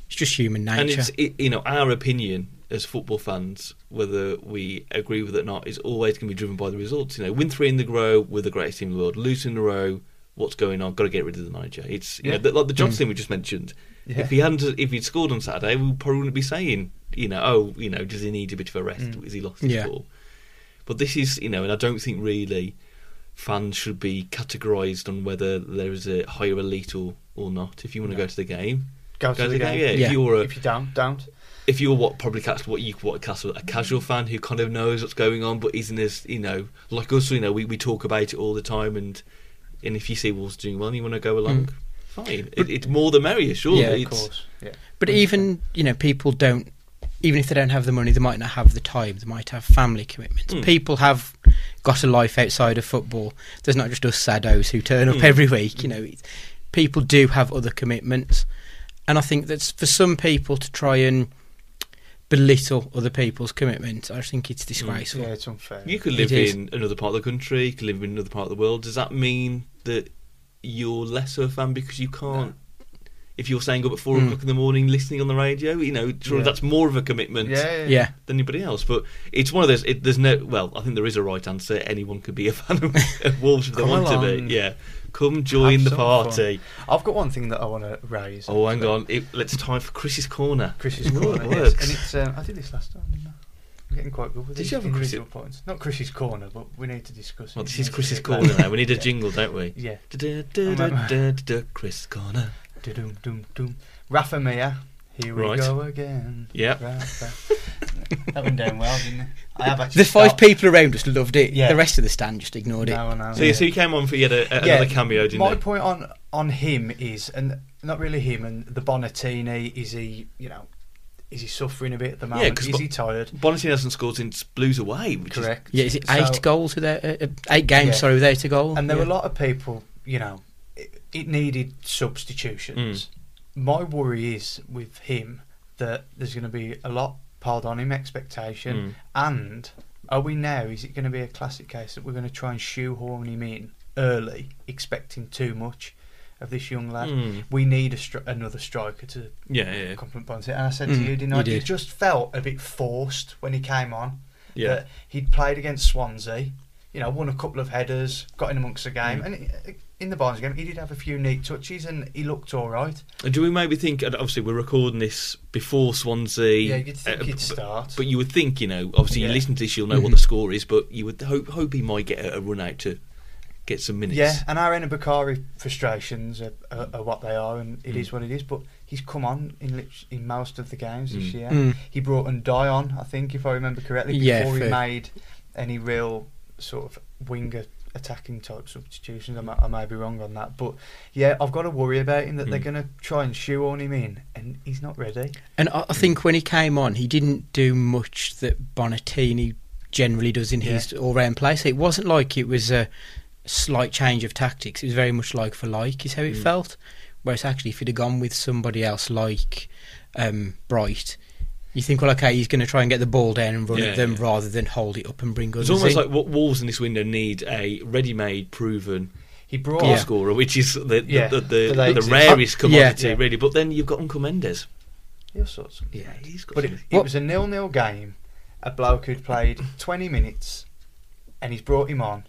It's just human nature. and it's it, you know our opinion as football fans, whether we agree with it or not, is always going to be driven by the results. You know, win three in the row, we're the greatest team in the world. Lose in a row, what's going on? Got to get rid of the manager. It's you know, Yeah. Mm. the, like the Johnson thing we just mentioned. If he hadn't, if he'd scored on Saturday, we probably wouldn't be saying, you know, oh, you know, does he need a bit of a rest? Mm. Is he lost his Yeah. ball? But this is, you know, and I don't think really fans should be categorised on whether there is a higher elite or, or not. If you want to go to the game, Go to the game. Yeah, Yeah. If you're a, if you don't, don't. if you're what probably class what you what class a casual fan who kind of knows what's going on but isn't as you know like us you know we, we talk about it all the time and and if you see Wolves doing well and you want to go along fine it, it's more the merrier surely Yeah, of it's, Of course. Yeah. But even you know, people don't. Even if they don't have the money, they might not have the time. They might have family commitments. People have got a life outside of football. There's not just us saddos who turn up every week. You know, It- people do have other commitments, and I think that's for some people to try and belittle other people's commitments. I think it's disgraceful. Yeah, it's unfair. you could It live is. in another part of the country you could live in another part of the world does that mean that you're less of a fan because you can't if you're staying up at four o'clock in the morning listening on the radio you know surely Yeah. that's more of a commitment yeah, yeah, yeah. than anybody else. But it's one of those. It, there's no. Well, I think there is a right answer. Anyone could be a fan of, of Wolves if they Come want to along. be. Yeah, come join Have the some party. fun. I've got one thing that I want to raise. Oh, hang on. It, let's time for Chris's corner. Chris's Ooh, corner. it yes. works. And it's, um, I did this last time, didn't I? I'm getting quite good with Did these you have a Chris's- individual points. Not Chris's corner, but we need to discuss it. Well, this We is need to Chris's do corner that. now. We need a jingle, don't we? Yeah. Da-da-da-da-da-da-da, Chris corner. Dum dum dum. Rafa Mia, here we Right. go again. Yep. Rafa. that went down well, didn't it? I have actually The five stopped. people around us loved it. Yeah. The rest of the stand just ignored it. No, no, So, yeah. you so you came on for yet a, a, another cameo, didn't my you? point on on him is, and not really him, and the Bonatini is he, you know, is he suffering a bit at the moment? 'cause is Bo- he tired? Bonatini hasn't scored since Blues away. Which is- Correct. Yeah, is it So- eight goals without uh, uh, eight games? Yeah. Sorry, without a goal. And there yeah. were a lot of people, you know, it, it needed Mm. substitutions. My worry is with him that there's going to be a lot piled on him, Mm. expectation, and are we now? Is it going to be a classic case that we're going to try and shoehorn him in early, expecting too much of this young lad? Mm. We need a stri- another striker to yeah, yeah, yeah. compliment Bonzi. And I said to Mm, you, didn't you I? He did. just felt a bit forced when he came on. Yeah. That he'd played against Swansea, you know, won a couple of headers, got in amongst the game, Mm. and it, in the Barnes game, he did have a few neat touches and he looked all right. And do we maybe think? And obviously, we're recording this before Swansea. Yeah, you'd think uh, he'd but- start. But you would think, you know, obviously, you Yeah. Mm-hmm. listen to this, you'll know what the score is. But you would hope hope he might get a, a run out to get some minutes. Yeah, and our Bakari frustrations are, are, are what they are, and Mm. it is what it is. But he's come on in lit- in most of the games this year. Mm. He brought and die on, I think, if I remember correctly, Yeah, before he fair. made any real sort of winger attacking type substitutions. I may, I may be wrong on that, but yeah, I've got to worry about him Mm. that they're going to try and shoehorn him in, and he's not ready. And Hmm. I, I think when he came on, he didn't do much that Bonatini generally does in his all-round play. So it wasn't like it was a slight change of tactics. It was very much like for like is how Hmm. it felt. Whereas actually, if he'd have gone with somebody else like um, Bright, you think, well, okay, he's going to try and get the ball down and run Yeah, at them yeah. rather than hold it up and bring others It's almost in. like what Wolves in this window need a ready-made, proven He brought goal Yeah. scorer, which is the the, Yeah, the, the, the the latest. rarest Uh, yeah. commodity, Yeah. really. But then you've got Uncle Mendes. all sorts. Of Yeah, he's got. But it, it What- was a nil-nil game. A bloke who'd played 20 minutes, and he's brought him on.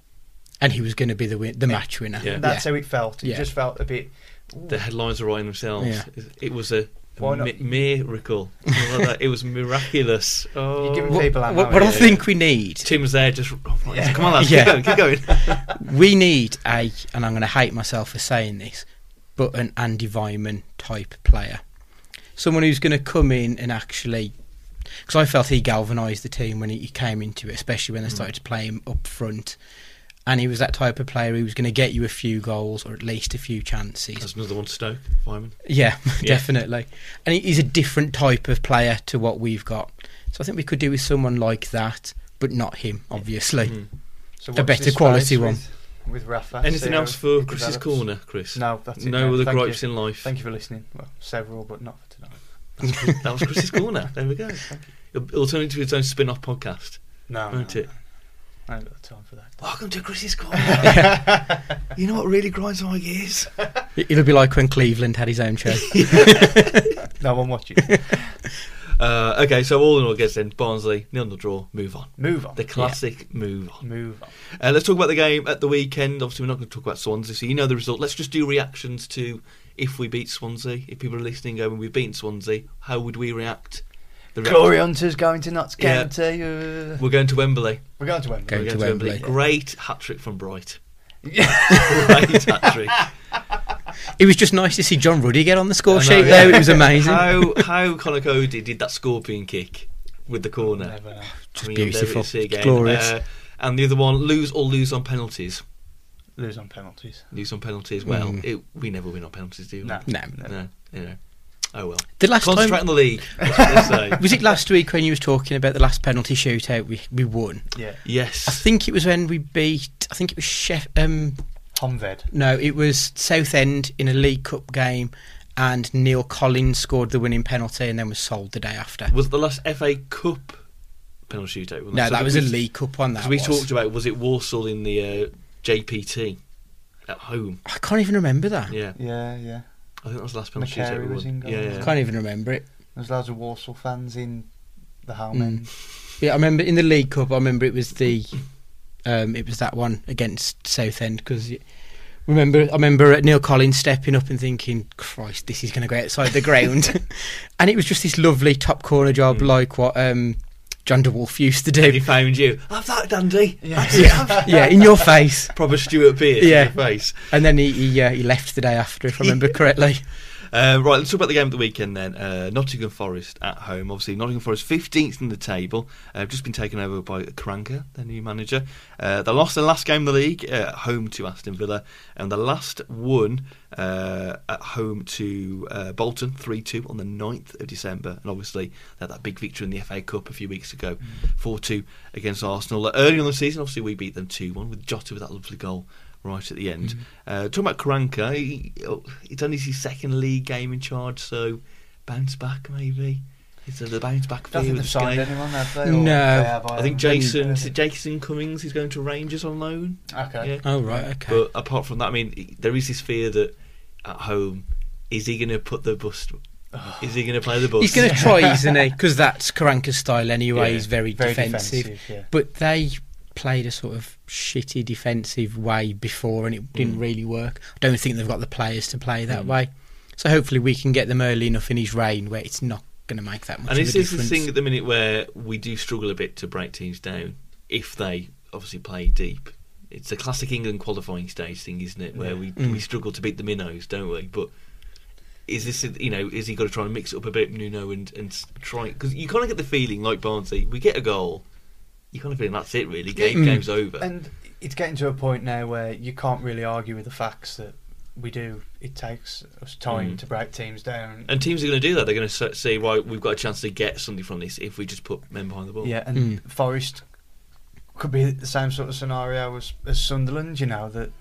and he was going to be the win- the match winner. Yeah. That's how it felt. It Yeah. just felt a bit. ooh, the headlines are writing themselves. Yeah. It was a Why not? mi- miracle. Something like that. it was miraculous. Oh. You're giving What, people ammo. what- what I yeah. think we need Tim's there, just oh, right, come on, lads, Yeah. keep going, keep going. We need a, and I'm going to hate myself for saying this, but an Andy Vyman type player. Someone who's going to come in and actually. Because I felt he galvanised the team when he, he came into it, especially when they started to play him up front. And he was that type of player who was going to get you a few goals or at least a few chances. That's another one, Stoke, Wyman. Yeah, Yeah. definitely. And he- he's a different type of player to what we've got. So I think we could do with someone like that, but not him, obviously. so a watch better this quality space one. With, with Rafa. see Anything how else for it Chris's develops. corner, Chris? No, that's it. no mate. other Thank gripes you. in life. Thank you for listening. Well, several, but not for tonight. that was Chris's corner. There we go. It'll, it'll turn into its own spin-off podcast, No, no, won't it? no. I ain't got the time for that. Welcome to Chris's corner. you know what really grinds my gears? It- It'll be like when Cleveland had his own show. No one watching. Uh, okay, so all in all, I guess then Barnsley nil nil draw. Move on. Move on. The classic move on. Move on. Uh, let's talk about the game at the weekend. Obviously, we're not going to talk about Swansea, so you know the result. Let's just do reactions to if we beat Swansea. If people are listening, going, "We've beaten Swansea. How would we react?" The reaction- Glory Hunter's going to Notts Yeah. County. uh, We're going to Wembley. We're going to Wembley. Go. We're going Going to to Wembley. Wembley. Great hat trick from Bright. Great hat trick. It was just nice to see John Ruddy get on the score I know, sheet yeah. there. It was amazing. How how Conor Cody did that scorpion kick with the corner. Never know. Just I mean, beautiful. There it is again. Glorious. Uh, and the other one, lose or lose on penalties. Lose on penalties. Lose on penalties. Well, Mm. it, we never win on penalties, do we? No. no. No, you know. Oh well. The last Concentrate on time- the league. That's what they say. Was it last week when you was talking about the last penalty shootout we, we won? Yeah. I Yes. think it was when we beat. I think it was Chef. Um, Honved. no, it was Southend in a League Cup game, and Neil Collins scored the winning penalty and then was sold the day after. Was the last FA Cup penalty shootout? wasn't it? No, So that we- was a we- League Cup one. That So we was. talked about was it Warsaw in the uh, JPT at home? I can't even remember that. Yeah, Yeah, yeah. I think that was the last penalty Macari shootout we was won. in goal. yeah, I yeah. can't even remember it. There's loads of Warsaw fans in the home Mm. end. Yeah, I remember in the League Cup. I remember it was the, um, it was that one against Southend because. Remember, I remember uh, Neil Collins stepping up and thinking, "Christ, this is going to go outside the ground," and it was just this lovely top corner job, like what um, John DeWolf used to He do. found you. I've that, Dandy. yeah, yeah, in your face. Proper Stuart Pearce Yeah. in your face. And then he he, uh, he left the day after, if I remember correctly. Uh, right, let's talk about the game of the weekend then. Uh, Nottingham Forest at home. Obviously, Nottingham Forest 15th in the table. Uh, just been taken over by Karanka, their new manager. Uh, they lost their last game of the league uh, at home to Aston Villa, and the last one uh, at home to uh, Bolton 3 2 on the 9th of December. And obviously, they had that big victory in the FA Cup a few weeks ago 4 2 against Arsenal. Early on the season, obviously, we beat them 2 1 with Jota with that lovely goal right at the end. Mm-hmm. Uh, talking about Karanka, he, oh, it's only his second league game in charge, so bounce back maybe. Is there the bounce back I fee with think they've this signed guy? anyone, have they? Or No. they have, I think haven't. Jason is it Jason Cummings is going to Rangers on loan. Okay. Yeah. Oh right, okay. But apart from that, I mean, there is this fear that at home, is he going to put the bus? Is he going to play the bus? He's going to try, isn't he? Because that's Karanka's style anyway. Yeah. he's very, Very defensive. defensive, yeah. But they played a sort of shitty defensive way before, and it didn't really work. I don't think they've got the players to play that way. So hopefully we can get them early enough in his reign where it's not going to make that much And of a this is the difference. thing at the minute where we do struggle a bit to break teams down if they obviously play deep. It's a classic England qualifying stage thing, isn't it? Where we we struggle to beat the minnows, don't we? But is this you know is he got to try and mix it up a bit, Nuno, and and s- try because you kind of get the feeling like Barnsley, we get a goal, you kind of feeling that's it really, game game's over. And it's getting to a point now where you can't really argue with the facts that we do. It takes us time to break teams down. Mm. And teams are going to do that. They're going to say, right, we've got a chance to get something from this if we just put men behind the ball. yeah, and Forest could be the same sort of scenario as, as Sunderland. You know that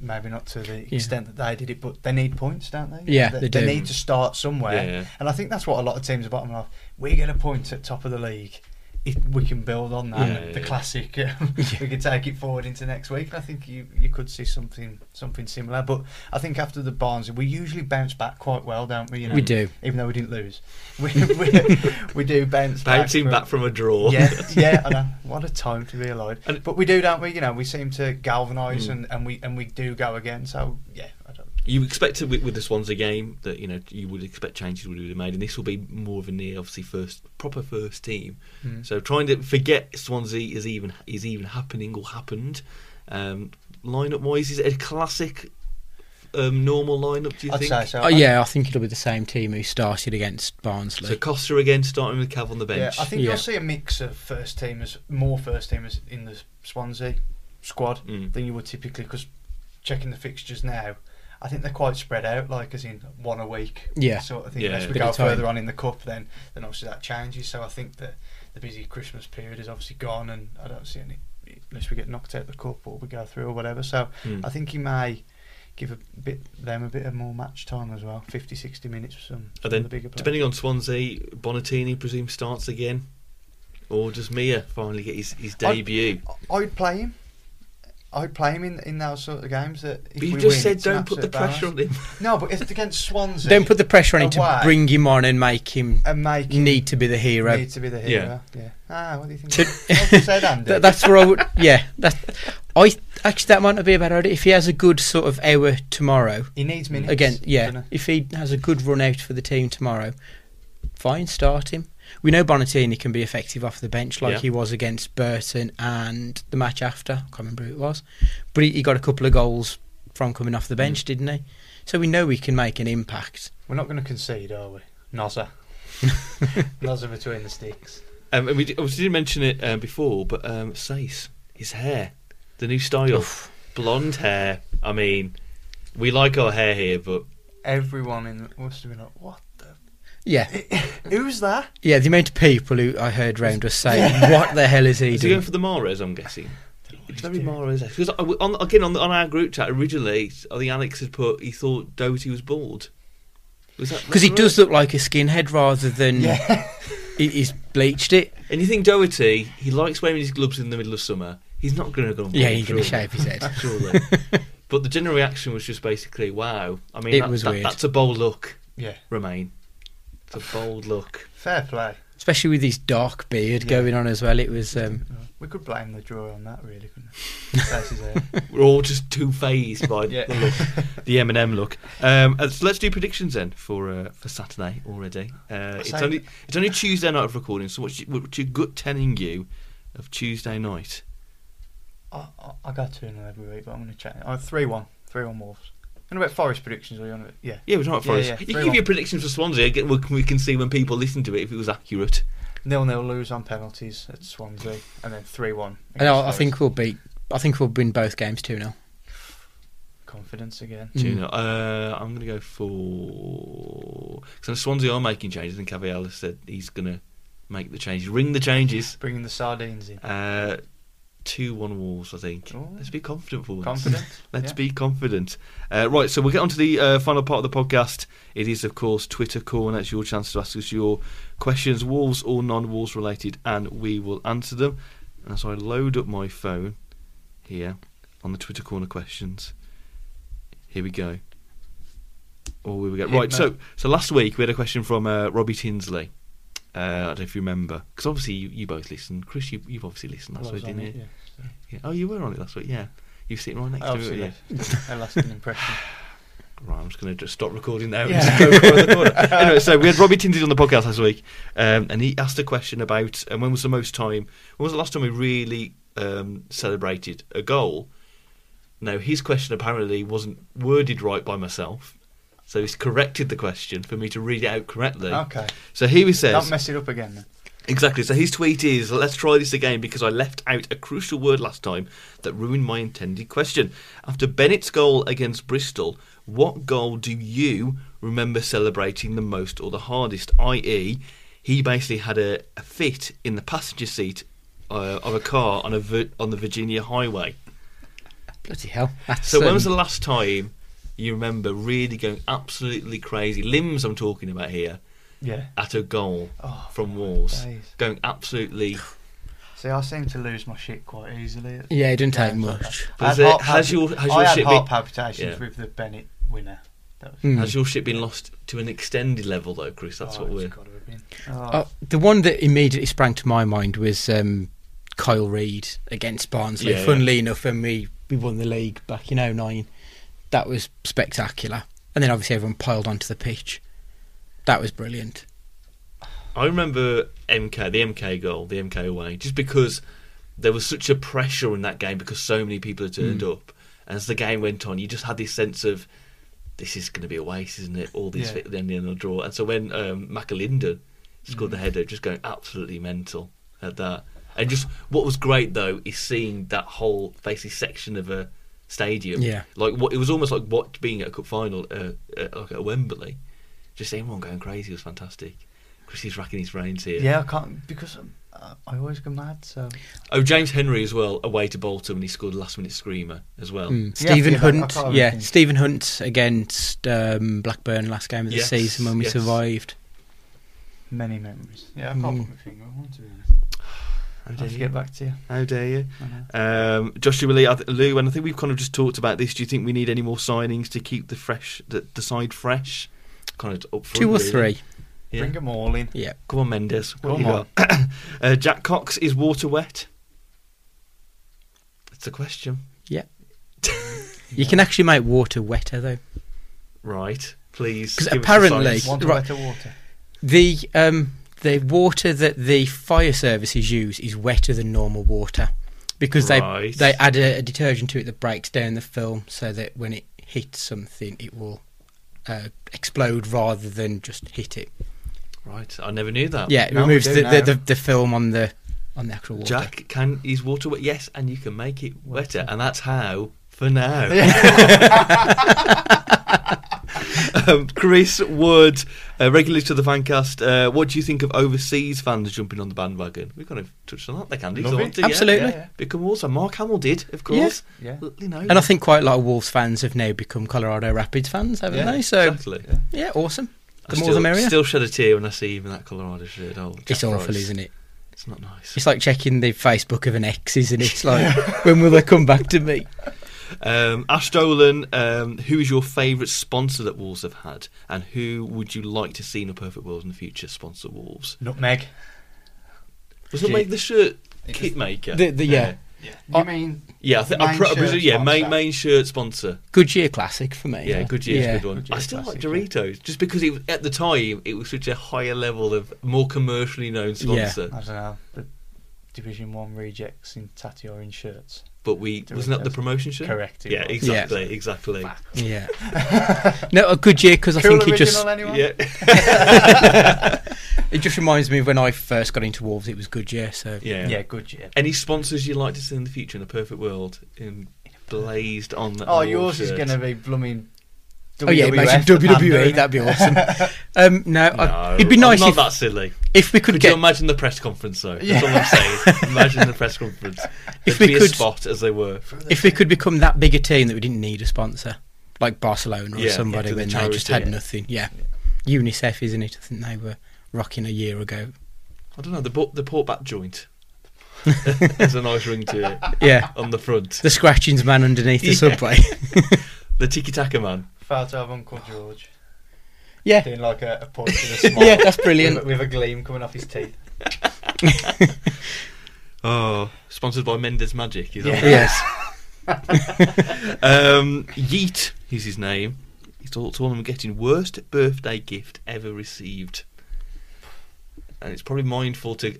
maybe not to the extent that they did it, but they need points, don't they? Yeah, they, they do. need to start somewhere, Yeah, yeah. and I think that's what a lot of teams are bottom off. We get a point at top of the league. If we can build on that, Yeah, the yeah. classic, um, we can take it forward into next week. I think you, you could see something something similar, but I think after the Barnes, we usually bounce back quite well, don't we? You know, We do. even though we didn't lose, we, we, we do bounce back. Bouncing from- back from a draw. yeah, yeah, I know. What a time to be alive. And- Hmm. but we do, don't we? You know, we seem to galvanise and, and we and we do go again. So yeah, I don't. You expected with, with the Swans game that you know you would expect changes would have been made, and this will be more of a near obviously first proper first team. Hmm. So trying to forget Swansea is even is even happening or happened. Um, lineup wise, is it a classic um, normal lineup? Do you I'd think? say so. Oh yeah, I think it'll be the same team who started against Barnsley. So Costa again starting with Cav on the Yeah, bench. I think Yeah. you'll see a mix of first teamers, more first teamers in the Swansea squad Mm. than you would typically. Because checking the fixtures now, I think they're quite spread out, like as in one a week. Yeah. sort of thing. Yeah, As we bit go of time. further on in the cup, then then obviously that changes. So I think that the busy Christmas period is obviously gone, and I don't see any unless we get knocked out of the cup or we go through or whatever. So Mm. I think he may. Give a bit them a bit of more match time as well, 50, 60 minutes for some. And some of then the bigger players. depending on Swansea, Bonatini presume starts again, or does Mia finally get his, his I'd- debut? I'd play him. I'd play him in, in those sort of games. That if but you we just win, said it's an don't put the absolute pressure on barrage. him. No, but it's against Swansea. Don't put the pressure on him away to bring him on and make him, and make him need to be the hero. need to be the hero. Yeah. Ah, what do you think? To- Well, you said Andy. That, that's where I would. Yeah, that I actually that might not be a bad idea if he has a good sort of hour tomorrow. he needs minutes Again, yeah, doesn't he? if he has a good run out for the team tomorrow, fine, start him. We know Bonatini can be effective off the bench, like Yeah. he was against Burton and the match after. I can't remember who it was, but he, he got a couple of goals from coming off the Mm. bench, didn't he? So we know he can make an impact. We're not going to concede, are we? Nozza. Nozza between the sticks. Um, and we did, obviously didn't mention it um, before, but um, Sace, his hair, the new style, blonde hair. I mean, we like our hair here, but Everyone in the, must have been like, what the? Yeah, Who's that? yeah. The amount of people who I heard round us saying, "What the hell is he is he going doing?" for the Mares? I'm guessing. It's very doing. Mares because on, again on, the, on our group chat originally, I think Alex had put he thought Doty was bald. Was that Because he right? does look like a skinhead rather than he, he's bleached it. And you think Doherty, he likes wearing his gloves in the middle of summer. He's not going to go. on Yeah, bald, he's going to surely. shave his head. Surely. but the general reaction was just basically, "Wow!" I mean, It that, was that- weird. that's a bold look, Yeah. Remain. It's a bold look. Fair play. Especially with his dark beard going on as well. It was um, We could blame the drawer on that, really, couldn't we? That's his hair. We're all just too phased by Yeah. the look, the Eminem look. Um, uh, so let's do predictions then for uh, for Saturday already. Uh, it's say- only it's only Tuesday night of recording. So what's, your- what's your gut telling you of Tuesday night? I, I, I go 2 0 every week, but I'm going to check. Oh, 3 1. 3 1 Wolves. And about Forest predictions, were you on it? Yeah. Yeah, it was not Yeah, Forest. yeah, you can 3-1. give your predictions for Swansea. Get, we, can- we can see when people listen to it if it was accurate. Nil nil lose on penalties at Swansea, and then three one. And I, I think we'll beat. I think we'll win both games two 0 confidence again. Do you know- Uh, I'm going to go for because Swansea are making changes, and Cavalier said he's going to make the changes, ring the changes. Bringing the sardines in. Uh, Two one Wolves, I think. Ooh. Let's be confident for once. Oh. Confident, Let's yeah. be confident. Uh, right, so we'll get on to the uh, final part of the podcast. It is, of course, Twitter call, and that's your chance to ask us your questions, Wolves or non-Wolves related, and we will answer them. And so I load up my phone here on the Twitter corner questions. Here we go. Oh, here we go. Hit Right, me. so so last week we had a question from uh, Robbie Tinsley. Uh, I don't know if you remember, because obviously you, you both listened. Chris, you, you've obviously listened I last was week, on didn't it, you? yeah. Yeah. Oh, you were on it last week. Yeah, you were sitting right next I to me. obviously weren't you? left a lasting impression. Right, I'm just going to just stop recording now. Yeah. And just go corner to corner. anyway, so we had Robbie Tinsley on the podcast last week, um, and he asked a question about and when was the most time? When was the last time we really um, celebrated a goal? Now his question apparently wasn't worded right by myself, so he's corrected the question for me to read it out correctly. Okay. So here he says, Don't mess it up again. Then. Exactly. So his tweet is Let's try this again because I left out a crucial word last time that ruined my intended question. After Bennett's goal against Bristol, what goal do you remember celebrating the most or the hardest? I.e., he basically had a, a fit in the passenger seat uh, of a car on, a Vir- on the Virginia highway. Bloody hell! That's, So when was the um, last time you remember really going absolutely crazy? Limbs, I'm talking about here. Yeah. At a goal Oh, from Wolves, days. going absolutely See, I seem to lose my shit quite easily. at Yeah, it didn't take times like much. that. I Is had it- heart has palpi- your- has I your had shit heart been- palpitations Yeah. with the Bennett winner. That was Mm. Has your ship been lost to an extended level though, Chris? That's oh, what it's we're. gotta have been. Oh, Uh, the one that immediately sprang to my mind was um, Kyle Reid against Barnsley. Yeah, yeah. Funnily enough, when we, we won the league back in 09, that was spectacular. And then obviously everyone piled onto the pitch. That was brilliant. I remember MK, the MK goal, the MK away, just because there was such a pressure in that game because so many people had turned up. As the game went on, you just had this sense of this is going to be a waste, isn't it? All these Yeah. fit then in a draw. And so when um, McAlinden scored Hmm. the header, just going absolutely mental at that. And just what was great though is seeing that whole basically section of a stadium. Yeah. like what it was almost like what being at a cup final, uh, uh, like at Wembley. Just everyone going crazy was fantastic. Chris is racking his brains here. yeah, I can't because um, uh, I always go mad. So Oh, James Henry as well, away to Bolton, and he scored a last minute screamer as well. Yeah, Mm. Stephen yeah, I- I Hunt, can't yeah, remember. Stephen Hunt against um, Blackburn last game of the Yes, season when we yes. survived. many memories. Yeah, I can't Mm. put my finger on one to be honest. How I'll dare have to you? get back to you. How dare you? Um, Joshua Lee, I th- Lou, and I think we've kind of just talked about this. Do you think we need any more signings to keep the fresh, the, the side fresh? Kind of up front, Two or really. three. Yeah. Bring them all in. Yeah. Come on, Mendes. What Come you got? uh, Jack Cox is water wet. That's the question, Yeah. you can actually make water wetter, though. right? Please. 'Cause give us the apparently- science. Want to Right. wet the water. The um, the water that the fire services use is wetter than normal water because Right. they they add a, a detergent to it that breaks down the film so that when it hits something, it will uh, explode rather than just hit it. right. I never knew that. Yeah, it now we removes do the, know. the, the, the film on the on the actual water. Jack can is water wet. Yes, and you can make it wetter, and that's how. For now, um, Chris Wood, uh, regular to the fancast. Uh, what do you think of overseas fans jumping on the bandwagon? We kind of touched on that. They can do. if Love they it. want to, yeah. Absolutely. Yeah, yeah. Become also Mark Hamill did, of course. Yeah. L- You know, And I think quite a lot of Wolves fans have now become Colorado Rapids fans, haven't Yeah, they? So exactly. yeah, awesome. I The more still, the merrier. Still shed a tear when I see him in that Colorado shirt. Oh, it's awful, isn't it? It's not nice. It's like checking the Facebook of an ex, isn't it? It's like, when will they come back to me? Um, Ash Dolan, um, who is your favourite sponsor that Wolves have had, and who would you like to see in a perfect world in the future sponsor Wolves? Nutmeg. Was it Gee. make the shirt kit maker? The, the, yeah. Oh. You mean yeah, I think I Main pro- I presume- shirt yeah, main sponsor. main shirt sponsor. Goodyear classic for me. Yeah, Goodyear's a good one. Goodyear I still like classic, Doritos, just because it was, at the time it was such a higher level of more commercially known sponsor. I don't know the Division One rejects in tatty orange shirts? but we wasn't that the promotion show? Correct, it Yeah, was. exactly, exactly. Yeah. no, a good year because I Cool think it original, just anyone? Yeah, it just reminds me of when I first got into Wolves. It was good year, so yeah, Yeah, good year. Any sponsors you'd like to see in the future in a perfect world, in blazed on the. Oh, on the yours is shirt? going to be blooming. Oh yeah, imagine E WWE. That'd be awesome. um, no, I, No, it'd be nice I'm not if, that silly. if we could, Could get. you imagine the press conference though? That's all I'm saying. Imagine the press conference. If If we be could- a spot as they were. if we could become that big a team that we didn't need a sponsor, like Barcelona or Yeah, somebody, yeah, to the when they just charity, had yeah. nothing. Yeah. UNICEF, isn't it? I think they were rocking a year ago. I don't know the bu- the port back joint. There's a nice ring to it Yeah, on the front. the scratchings man underneath Yeah. the subway. The tiki taka man. Photo of Uncle George yeah, doing like a, a punch and a smile. yeah, that's brilliant. With, with a gleam coming off his teeth. Oh, sponsored by Mendes Magic. Is Yeah. yeah. yes, Um, Yeet is his name. He's told to him getting worst birthday gift ever received, and it's probably mindful to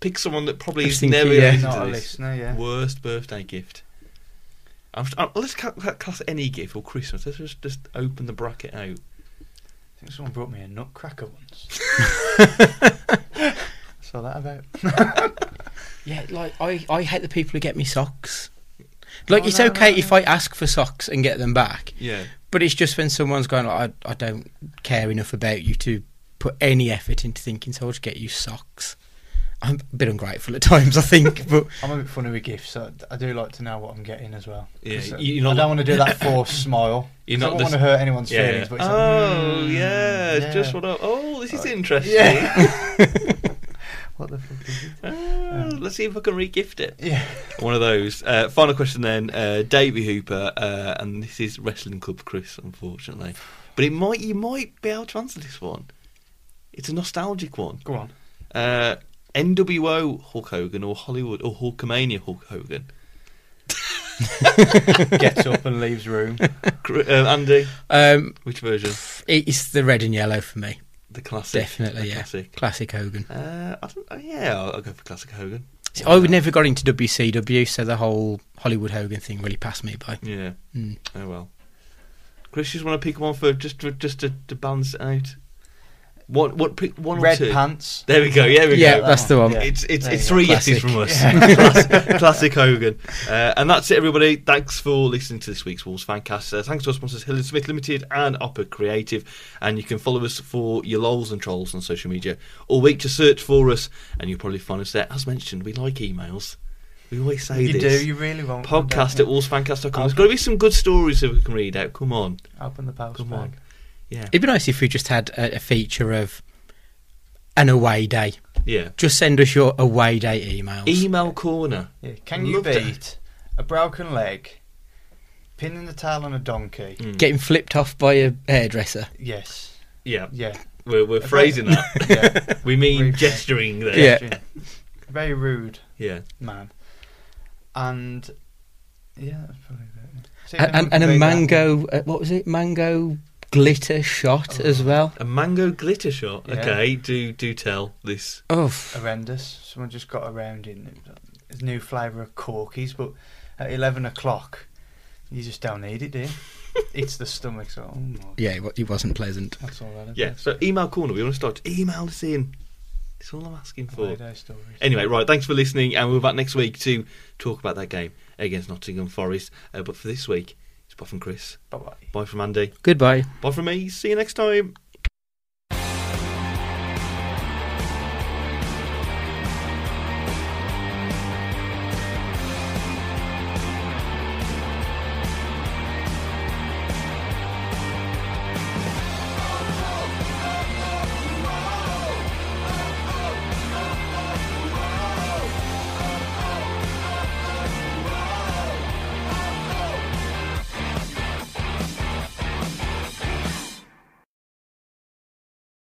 pick someone that probably I was is thinking, never yeah. listened Not a to this. listener, yeah. Worst birthday gift. I'm, just- I'm, let's ca- ca- class any gift or Christmas. Let's just, just open the bracket out. I think someone brought me a nutcracker once. Saw that about. yeah. Like I, I hate the people who get me socks. Like Oh, it's no, no, okay no. if I ask for socks and get them back, Yeah, but it's just when someone's going, like, I, I don't care enough about you to put any effort into thinking, so I'll just get you socks. I'm a bit ungrateful at times, I think, but I'm a bit funny with gifts. So I do like to know what I'm getting as well. Yeah, 'Cause, uh, you- you're not- I don't want to do that forced smile. You're 'Cause not I don't the- want to hurt anyone's yeah. feelings. But it's oh like, mm, yeah, it's just yeah. Uh, what. I, oh, this is interesting. Yeah. what the fuck is it? Ah, let's see if I can re-gift it. Yeah. One of those. Uh, final question then, uh, Davey Hooper, uh, and this is Wrestling Club Chris, unfortunately, but it might you might be able to answer this one. It's a nostalgic one. Go on. Uh, NWO Hulk Hogan or Hollywood or Hulkamania Hulk Hogan. Gets up and leaves room. Gr- Uh, Andy, um, which version? it's the red and yellow for me. The classic. Definitely, the yeah. Classic, Classic. Hogan. Uh, I don't, oh, yeah, I'll, I'll go for classic Hogan. See, I would never got into WCW, so the whole Hollywood Hogan thing really passed me by. Yeah. Mm. Oh well. Chris, you just want to pick one for just to, just to, to balance it out. What what pick one Red or two? pants. There we go. Yeah, we Yeah, go. that's the one. Yeah. It's it's, There it's you go. three yeses Classic. from us. Classic, classic Hogan. Uh, and that's it, everybody. Thanks for listening to this week's Wolves Fancast. Uh, thanks to our sponsors, Hill and Smith Limited and Opera Creative. And you can follow us for your lols and trolls on social media all week. Just search for us, and you'll probably find us there. As mentioned, we like emails. We always say You this. do. You really won't. Podcast at wolvesfancast.com. There's got to be some good stories that we can read out. Come on. Open the post Come on. bag. Yeah. It'd be nice if we just had a, a feature of an away day. Yeah. Just send us your away day emails. Email corner. Yeah. Can you Love beat that. a broken leg, pinning the tail on a donkey? Mm. Getting flipped off by a hairdresser. Yes. Yeah. Yeah. We're, we're phrasing that. Yeah. We mean Rude. gesturing there. Yeah. Very rude Yeah. man. And yeah, that's probably it. See if And, anyone and, and can a beat that. mango, uh, what was it? Mango glitter shot as well. A mango glitter shot. Yeah. Okay, do do tell this. Oh, f- horrendous. Someone just got around in his new flavour of corkies, but at eleven o'clock, you just don't need it, do you? it's the stomach, so oh my, yeah, it wa- it wasn't pleasant. that's all that is. Yeah. So email corner. We want to start. Email us in. That's all I'm asking for. Holiday stories. Anyway, right. Thanks for listening, and we'll be back next week to talk about that game against Nottingham Forest. Uh, but for this week, it's bye from Chris. Bye bye. Bye from Andy. Goodbye. Bye from me. See you next time.